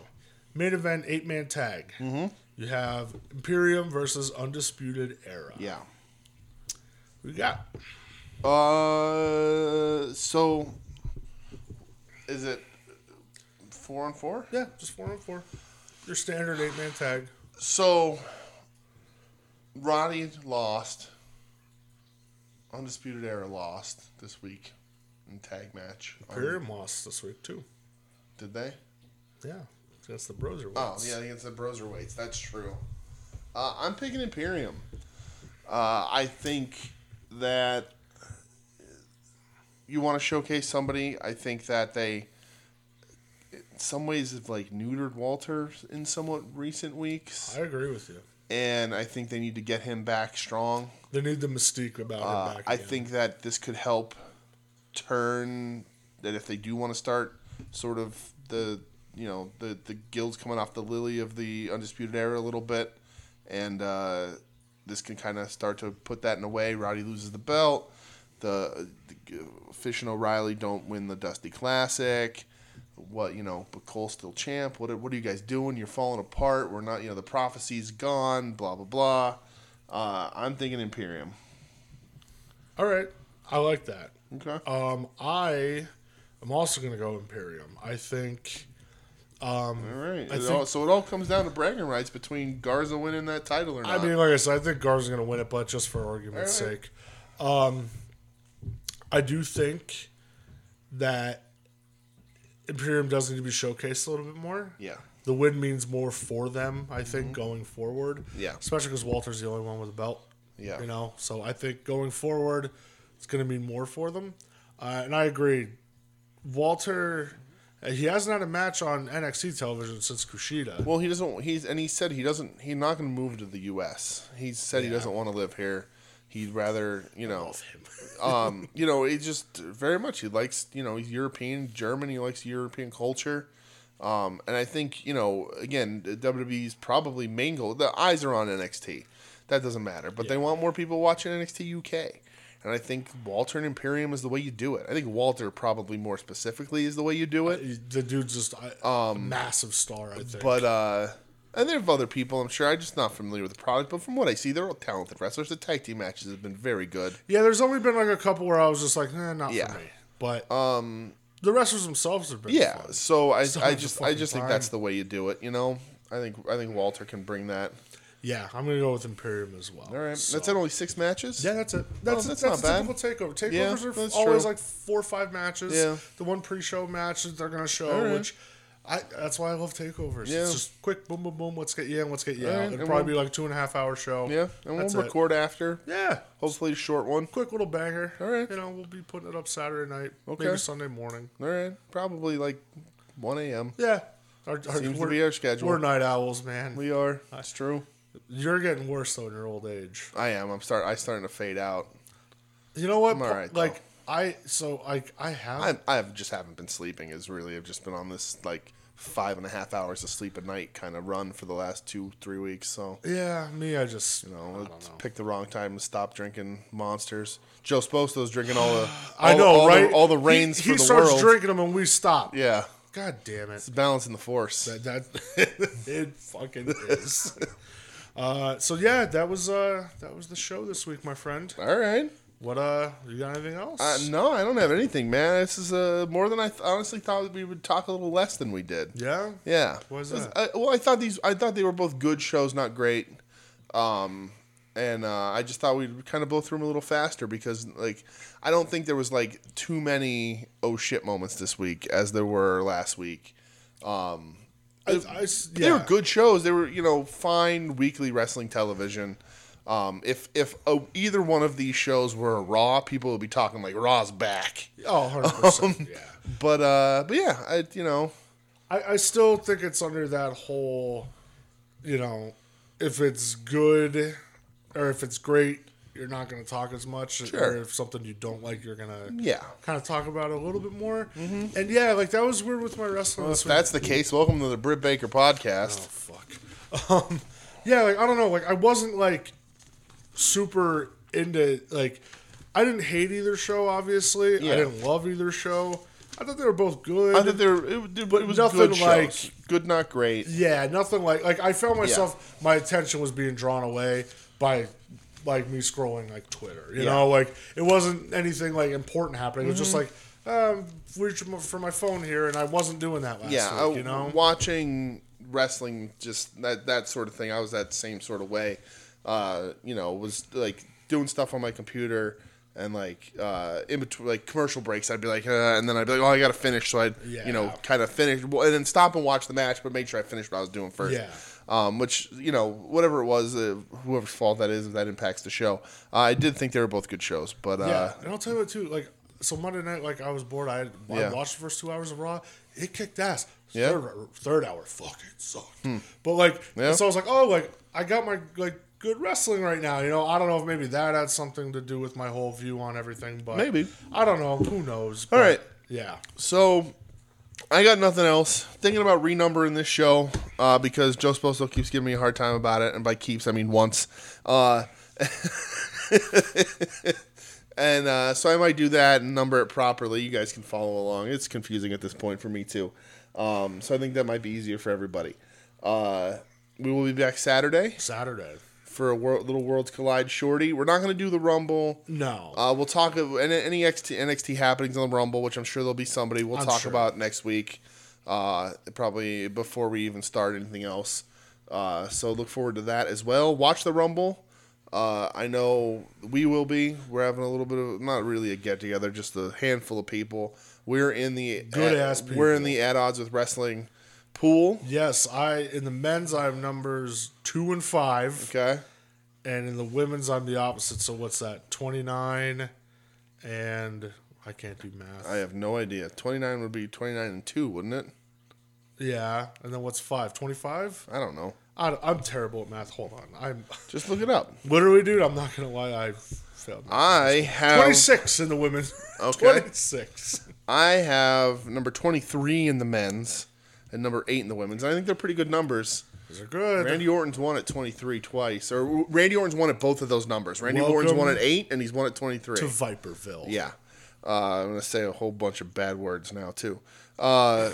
Main event eight man tag.
Mm-hmm.
You have Imperium versus Undisputed Era.
Yeah.
we got
Uh, so is it four on four?
Yeah, just four on four. Your standard eight man tag.
So Roddy lost. Undisputed Era lost this week in tag match. Um,
Imperium lost this week too.
did they?
Yeah, against the Broser.
Oh yeah, against the Broserweights. That's true. Uh, I'm picking Imperium. Uh, I think that you want to showcase somebody. I think that they, in some ways, have like neutered Walter in somewhat recent weeks,
I agree with you.
and I think they need to get him back strong.
They need the mystique about
Uh,
him back.
I
again.
think that this could help turn that if they do want to start sort of the you know the the guilds coming off the lily of the undisputed era a little bit, and uh, this can kind of start to put that in a way. Roddy loses the belt. The, uh, the Fish and O'Reilly don't win the Dusty Classic. What you know, but Cole's still champ. What are- what are you guys doing? You're falling apart. We're not. You know, the prophecy's gone. Blah blah blah. Uh, I'm thinking Imperium.
All right, I like that.
Okay.
Um, I am also gonna go Imperium. I think.
All right.
I
It
think-
all, so it all comes down to bragging rights between Garza winning that title or
I
not.
mean, like I said, I think Garza's gonna win it, but just for argument's
Uh, All right.
sake, um, I do think that Imperium does need to be showcased a little bit more.
yeah.
the win means more for them, I think, going forward.
Mm-hmm. Yeah.
Especially because Walter's the only one with a belt.
Yeah.
You know, so I think going forward, it's going to mean more for them. Uh, and I agree. Walter, uh, he hasn't had a match on NXT television since Kushida.
Well, he doesn't. He's and he said he doesn't. He's not going to move to the U.S. He said he doesn't want to live here. He'd rather, you know, [laughs] um, you know, he just very much he likes, you know, he's European, German. He likes European culture, um, and I think, you know, again, WWE's probably main goal. The eyes are on NXT. That doesn't matter, but they want more people watching NXT UK, And I think Walter and Imperium is the way you do it. I think Walter probably more specifically is the way you do it.
The dude's just I- a massive star. I think.
Um, But uh and there are other people, I'm sure. I'm just not familiar with the product, but from what I see, they're all talented wrestlers. The tag team matches have been very good.
yeah, there's only been like a couple where I was just like, eh, not
Yeah.
for me. But um, the wrestlers themselves have been
Yeah,
fun.
so I,
So
I
much
just
fucking
I just think
time.
that's the way you do it. You know, I think I think Walter can bring that.
Yeah, I'm gonna go with Imperium as well.
All right,
So-
that's it. Only six matches.
Yeah, that's it. That's,
Oh, that's
that's,
not
a
bad.
typical takeover. Takeovers
Yeah,
are f-
that's
always
true.
like four or five matches.
Yeah.
The one pre-show match that they're gonna show,
All right.
which I that's why I love takeovers.
Yeah.
It's just quick, boom, boom, boom. Let's get you in. Let's get you
All right,
out.
and
It'll probably
we'll-
be like two and a half hour show.
yeah, and
That's
we'll
it.
record after.
Yeah,
Hopefully, a short one.
quick little banger.
All right.
You know, we'll be putting it up Saturday night,
Okay.
maybe Sunday morning.
All right, probably like one a.m.
Yeah. Our, our,
Seems to
we're-
be our schedule.
We're night owls, man.
We are. It's true.
You're getting worse though in your old age.
I am. I'm start. I starting to fade out.
You know what?
I'm all
Pa-
right,
like I so like I have
I I have just haven't been sleeping. Is really I've just been on this like five and a half hours of sleep a night kind of run for the last two three weeks. So
yeah me. I just
you know, pick the wrong time to stop drinking monsters. Joe Sposto's drinking all the all,
[gasps] I know,
all
right?
the, all the
He-
rains
He,
for the
starts
world.
drinking them and we stop.
Yeah,
God damn it.
it's balancing the force.
That, [laughs] that it fucking
[laughs]
is. Uh, so yeah, that was uh, that was the show this week, my friend.
all right.
What uh, you got anything else?
Uh, no, I don't have anything, man. This is uh, more than I th- honestly thought we would talk a little less than we did.
yeah,
Yeah.
Why's
It was-
that?
I- well, I thought these. I thought they were both good shows, not great. Um, and uh, I just thought we'd kind of blow through them a little faster because, like, I don't think there was like too many oh shit moments this week as there were last week.
I, I s- yeah.
They were good shows. They were you know fine weekly wrestling television. Um, if if uh either one of these shows were a Raw, people would be talking like Raw's back.
Oh, 100 percent. Yeah,
[laughs] But uh, but yeah, I you know
I, I still think it's under that whole, you know, if it's good or if it's great, you're not going to talk as much.
Sure.
Or if something you don't like, you're going to
Yeah.
kind of talk about it a little bit more.
Mm-hmm.
And yeah, like that was weird with my wrestling
if
this week.
that's the case, welcome to the Britt Baker podcast. [laughs]
fuck. Um, yeah, like I don't know, like I wasn't like super into like I didn't hate either show. Obviously,
Yeah.
I didn't love either show. I thought they were both good.
I thought they were. It, it, it was
nothing
good
like-
shows. Good, not great.
Yeah, nothing like like I found myself my attention was being drawn away by like me scrolling like Twitter. You
Yeah.
know, like it wasn't anything like important happening. It was just like
Mm-hmm.
um, reach m- for my phone here, and I wasn't doing that last
yeah,
week.
I-
you know,
watching wrestling, just that that sort of thing. I was that same sort of way. Uh, you know, was like doing stuff on my computer and like uh, in between like commercial breaks, I'd be like, uh, and then I'd be like, oh, I gotta finish, so I'd you know
Yeah.
kind of finish well, and then stop and watch the match, but make sure I finish what I was doing first.
Yeah.
Um, which you know, whatever it was, uh, whoever's fault that is, if that impacts the show. Uh, I did think they were both good shows, but uh,
yeah, and I'll tell you what too. Like so Monday night, like I was bored. I,
Yeah.
I watched the first two hours of Raw. It kicked ass.
Yeah. Hmm.
Third, third hour fucking sucked. But like,
Yeah.
so I was like, oh, like I got my like good wrestling right now. You know, I don't know if maybe that had something to do with my whole view on everything, but
Maybe.
I don't know. Who knows?
All
But,
right.
Yeah.
So I got nothing else. Thinking about renumbering this show uh, because Joe Sposo keeps giving me a hard time about it, and by keeps I mean once. Uh, [laughs] and uh, so I might do that and number it properly. You guys can follow along. It's confusing at this point for me too. Um, so I think that might be easier for everybody. Uh, we will be back Saturday
Saturday.
for a wor- little Worlds Collide shorty. We're not going to do the Rumble.
No.
Uh, we'll talk of any, any XT, NXT happenings on the Rumble, which I'm sure there'll be somebody we'll
I'm
talk
sure.
about next week, uh, probably before we even start anything else. Uh, so look forward to that as well. Watch the Rumble. Uh, I know we will be. We're having a little bit of not really a get together, just a handful of people. We're in the
Good ass
We're in
people.
the at odds with wrestling pool.
yes, I in the men's I have numbers two and five.
Okay.
and in the women's I'm the opposite. So what's that? 29 and I can't do math.
I have no idea. Twenty nine would be twenty nine and two, wouldn't it?
yeah, and then what's 5? 25?
I don't know.
I, I'm terrible at math. Hold on. I'm [laughs]
Just look it up.
literally dude, I'm not going to lie. I failed. math.
I have
26 in the women.
Okay.
26.
I have number 23 in the men's and number 8 in the women's. I think they're pretty good numbers.
Those are good.
Randy Orton's won at 23 twice, or Randy Orton's won at both of those numbers. Randy Orton's won at
Welcome
eight, and he's won at 23.
to Viperville.
Yeah. Uh, I'm going to say a whole bunch of bad words now, too. Uh,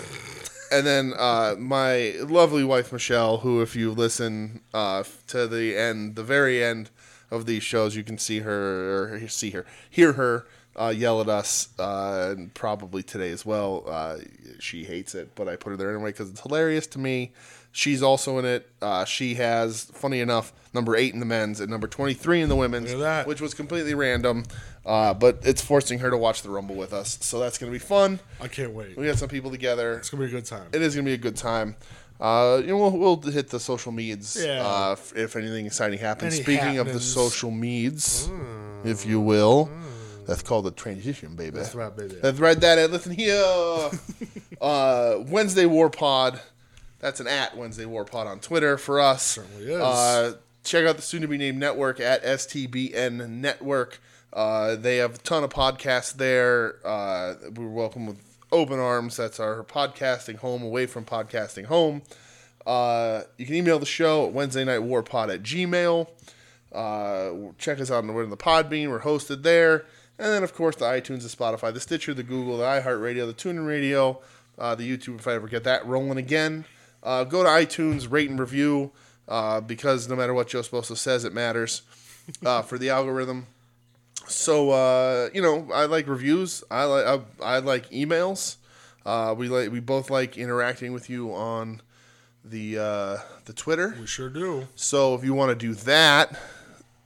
and then uh, my lovely wife, Michelle, who, if you listen uh, to the end, the very end of these shows, you can see her, or see her, hear her uh, yell at us, uh, and probably today as well. Uh, she hates it, but I put her there anyway because it's hilarious to me. She's also in it. Uh, she has, funny enough, number eight in the men's and number 23 in the women's,
Look at that.
which which was completely random, uh, but it's forcing her to watch the Rumble with us. So that's going to be fun.
I can't wait.
We got some people together.
It's gonna be a good time.
It is going to be a good time. Uh, you know, we'll, we'll hit the social meds
Yeah.
uh, if, if anything exciting happens.
Any
Speaking of the
happenings. Hmm.
social meds, if you will, that's called the transition, baby.
That's right, baby.
Let's write that at. Listen here.
[laughs]
uh, Wednesday War Pod. That's an at Wednesday War Pod on Twitter for us.
Certainly is.
Uh, check out the soon to be named network at STBN Network. Uh, they have a ton of podcasts there. Uh, we were welcome with open arms. That's our podcasting home, away from podcasting home. Uh, you can email the show at Wednesday Night War Pod at Gmail. Uh, check us out on the, on the Podbean. We're hosted there. And then, of course, the iTunes, the Spotify, the Stitcher, the Google, the iHeartRadio, the TuneIn Radio, uh, the YouTube, if I ever get that rolling again. Uh, go to iTunes, rate and review, uh, because no matter what Joe Sposo says, it matters uh, [laughs] for the algorithm. So uh, you know, I like reviews. I like I, I like emails. Uh, we like we both like interacting with you on the uh, the Twitter.
we sure do.
So if you want to do that,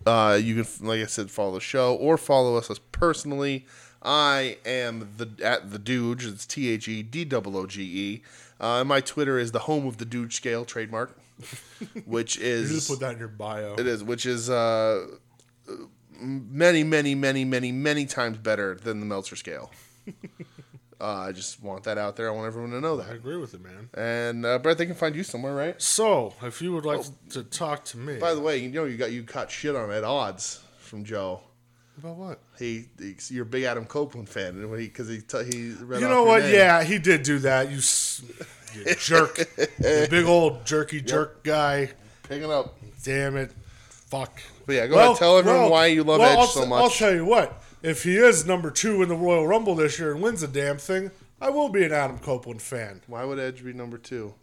uh, you can, like I said, follow the show or follow us as personally. I am the at the Dooge. It's T H E D O O G E. Uh, my Twitter is the home of the Dooge scale
[laughs]
trademark, which
You just
is
put that in your bio.
it is which is uh, many many many many many times better than the Meltzer
[laughs]
scale. uh, I just want that out there. I want everyone to know
I
that.
agree with it, man.
And uh, Brett, they can find you somewhere, right?
So, if you would like to talk to me
Oh. By the way, you know you got you caught shit on at odds from Joe.
about what?
He, he's- you're a big Adam Copeland fan, and because he, t- he read
You
off
know
your
what?
name.
Yeah, he did do that. You, s- you
[laughs]
jerk. You big old jerky jerk guy.
picking up.
Damn it. Fuck.
But yeah, go ahead. Tell everyone why you love Edge
I'll
so
t-
much.
I'll tell you what. If he is number two in the Royal Rumble this year and wins the damn thing, I will be an Adam Copeland fan.
Why would Edge be number two?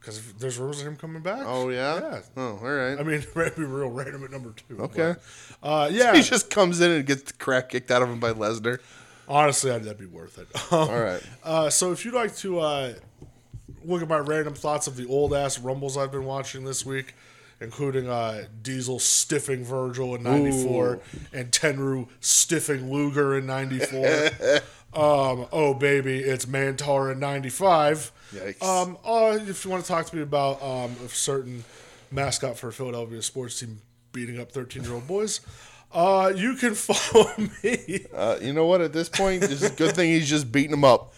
Because there's rumors of him coming back.
Oh yeah.
Yeah.
Oh, all right.
I mean, [laughs] it might be real random at number two.
Okay.
but, uh, yeah.
he just comes in and gets the crap kicked out of him by Lesnar.
Honestly, I'd, that'd be worth it. [laughs] Um,
All right.
Uh, so if you'd like to uh, look at my random thoughts of the old ass rumbles I've been watching this week, including uh, Diesel stiffing Virgil in '94 and Tenru stiffing Luger in '94.
[laughs]
um, oh baby, it's Mantar in '95.
Yikes.
Um, uh, if you want to talk to me about um, a certain mascot for Philadelphia sports team beating up 13 year old boys. Uh, you can [laughs] follow me
Uh, you know what? At this point, it's a good thing he's just beating him up.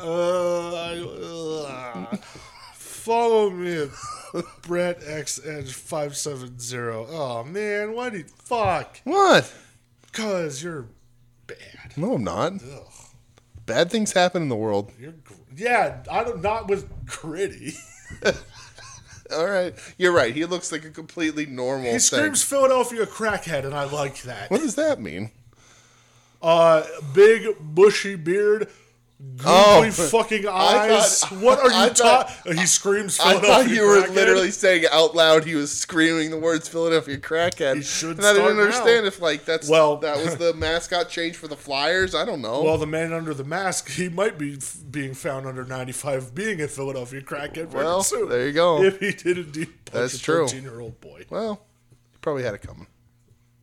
Uh, I- uh, follow me at Brett X Edge five seven zero. Oh man, why do you fuck?
What?
Cause you're bad.
No, I'm not. Bad things happen in the world.
You're gr- yeah. I don't not with gritty. [laughs]
All right. You're right. He looks like a completely normal.
He
thing.
screams Philadelphia crackhead, and I like that.
What does that mean?
Uh, big bushy beard. Googly
Oh,
fucking
I thought-
eyes! what are
I
you
thought-
talking? He screams.
I
Philadelphia
thought you were
crackhead.
literally saying out loud he was screaming the words Philadelphia Crackhead.
He should
and I didn't
start now.
understand if like that's
Well-
that was the mascot change for the Flyers. I don't know.
Well, the man under the mask, he might be f- being found under 95 being a Philadelphia crackhead very
Well,
soon.
there you go.
If he did indeed punch
That's
a
true.
13 year old boy.
Well, he probably had it coming.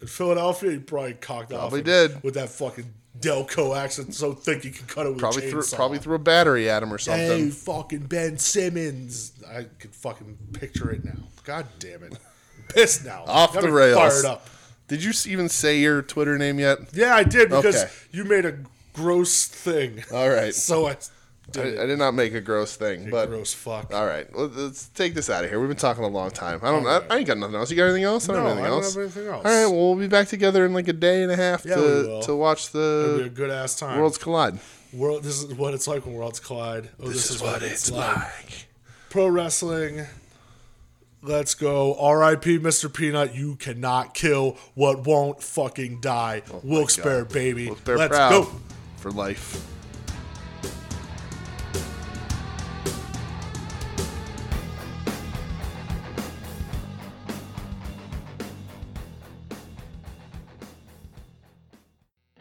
In Philadelphia, he probably cocked off.
Probably
him
did.
With that fucking Delco accent, so thick he can cut it with
Probably
a
threw
chainsaw.
probably threw a battery at him or something.
Hey, fucking Ben Simmons. I could fucking picture it now. God damn it. Pissed now.
[laughs] Off
Got
the
me
rails.
Fired up.
Did you s- even say your Twitter name yet?
Yeah, I did because
Okay.
you made a gross thing.
All right.
[laughs] So I
I,
did.
I did not make a gross thing, but
gross fuck.
all right. Let- Let's take this out of here. We've been talking a long time. I don't. I, I ain't got nothing else. You got anything else? I don't
No,
have anything
I don't
else.
have anything else.
All right. Well, we'll be back together in like a day and a half
Yeah, we
to
will.
to watch
It'll be a
the
good ass time.
worlds collide.
World, this is what it's like when worlds collide. Oh, this,
This is what it's like.
Pro wrestling Let's go. R.I.P. Mr. Peanut. You cannot kill what won't fucking die. Wilkes Barre, baby.
Look, they're
Let's
proud
go.
for life.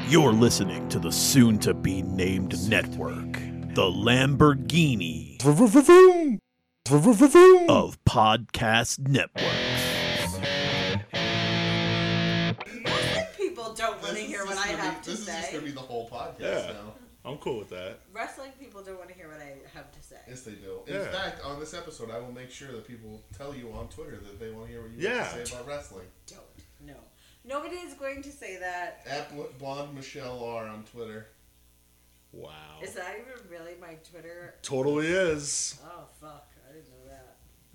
You're listening to the soon to be named network, the Lamborghini of podcast networks.
Wrestling people don't want to hear what I have to say.
the whole podcast
Yeah. I'm cool with that.
Wrestling people don't want to hear what I have to say.
Yes, they do. In
Yeah.
fact, on this episode, I will make sure that people tell you on Twitter that they want to hear what you
Yeah.
have to say about wrestling.
Don't. No. Nobody is going to say that.
At Bl- blonde Michelle R on Twitter.
Wow.
Is that even really my Twitter?
Totally is.
Oh fuck.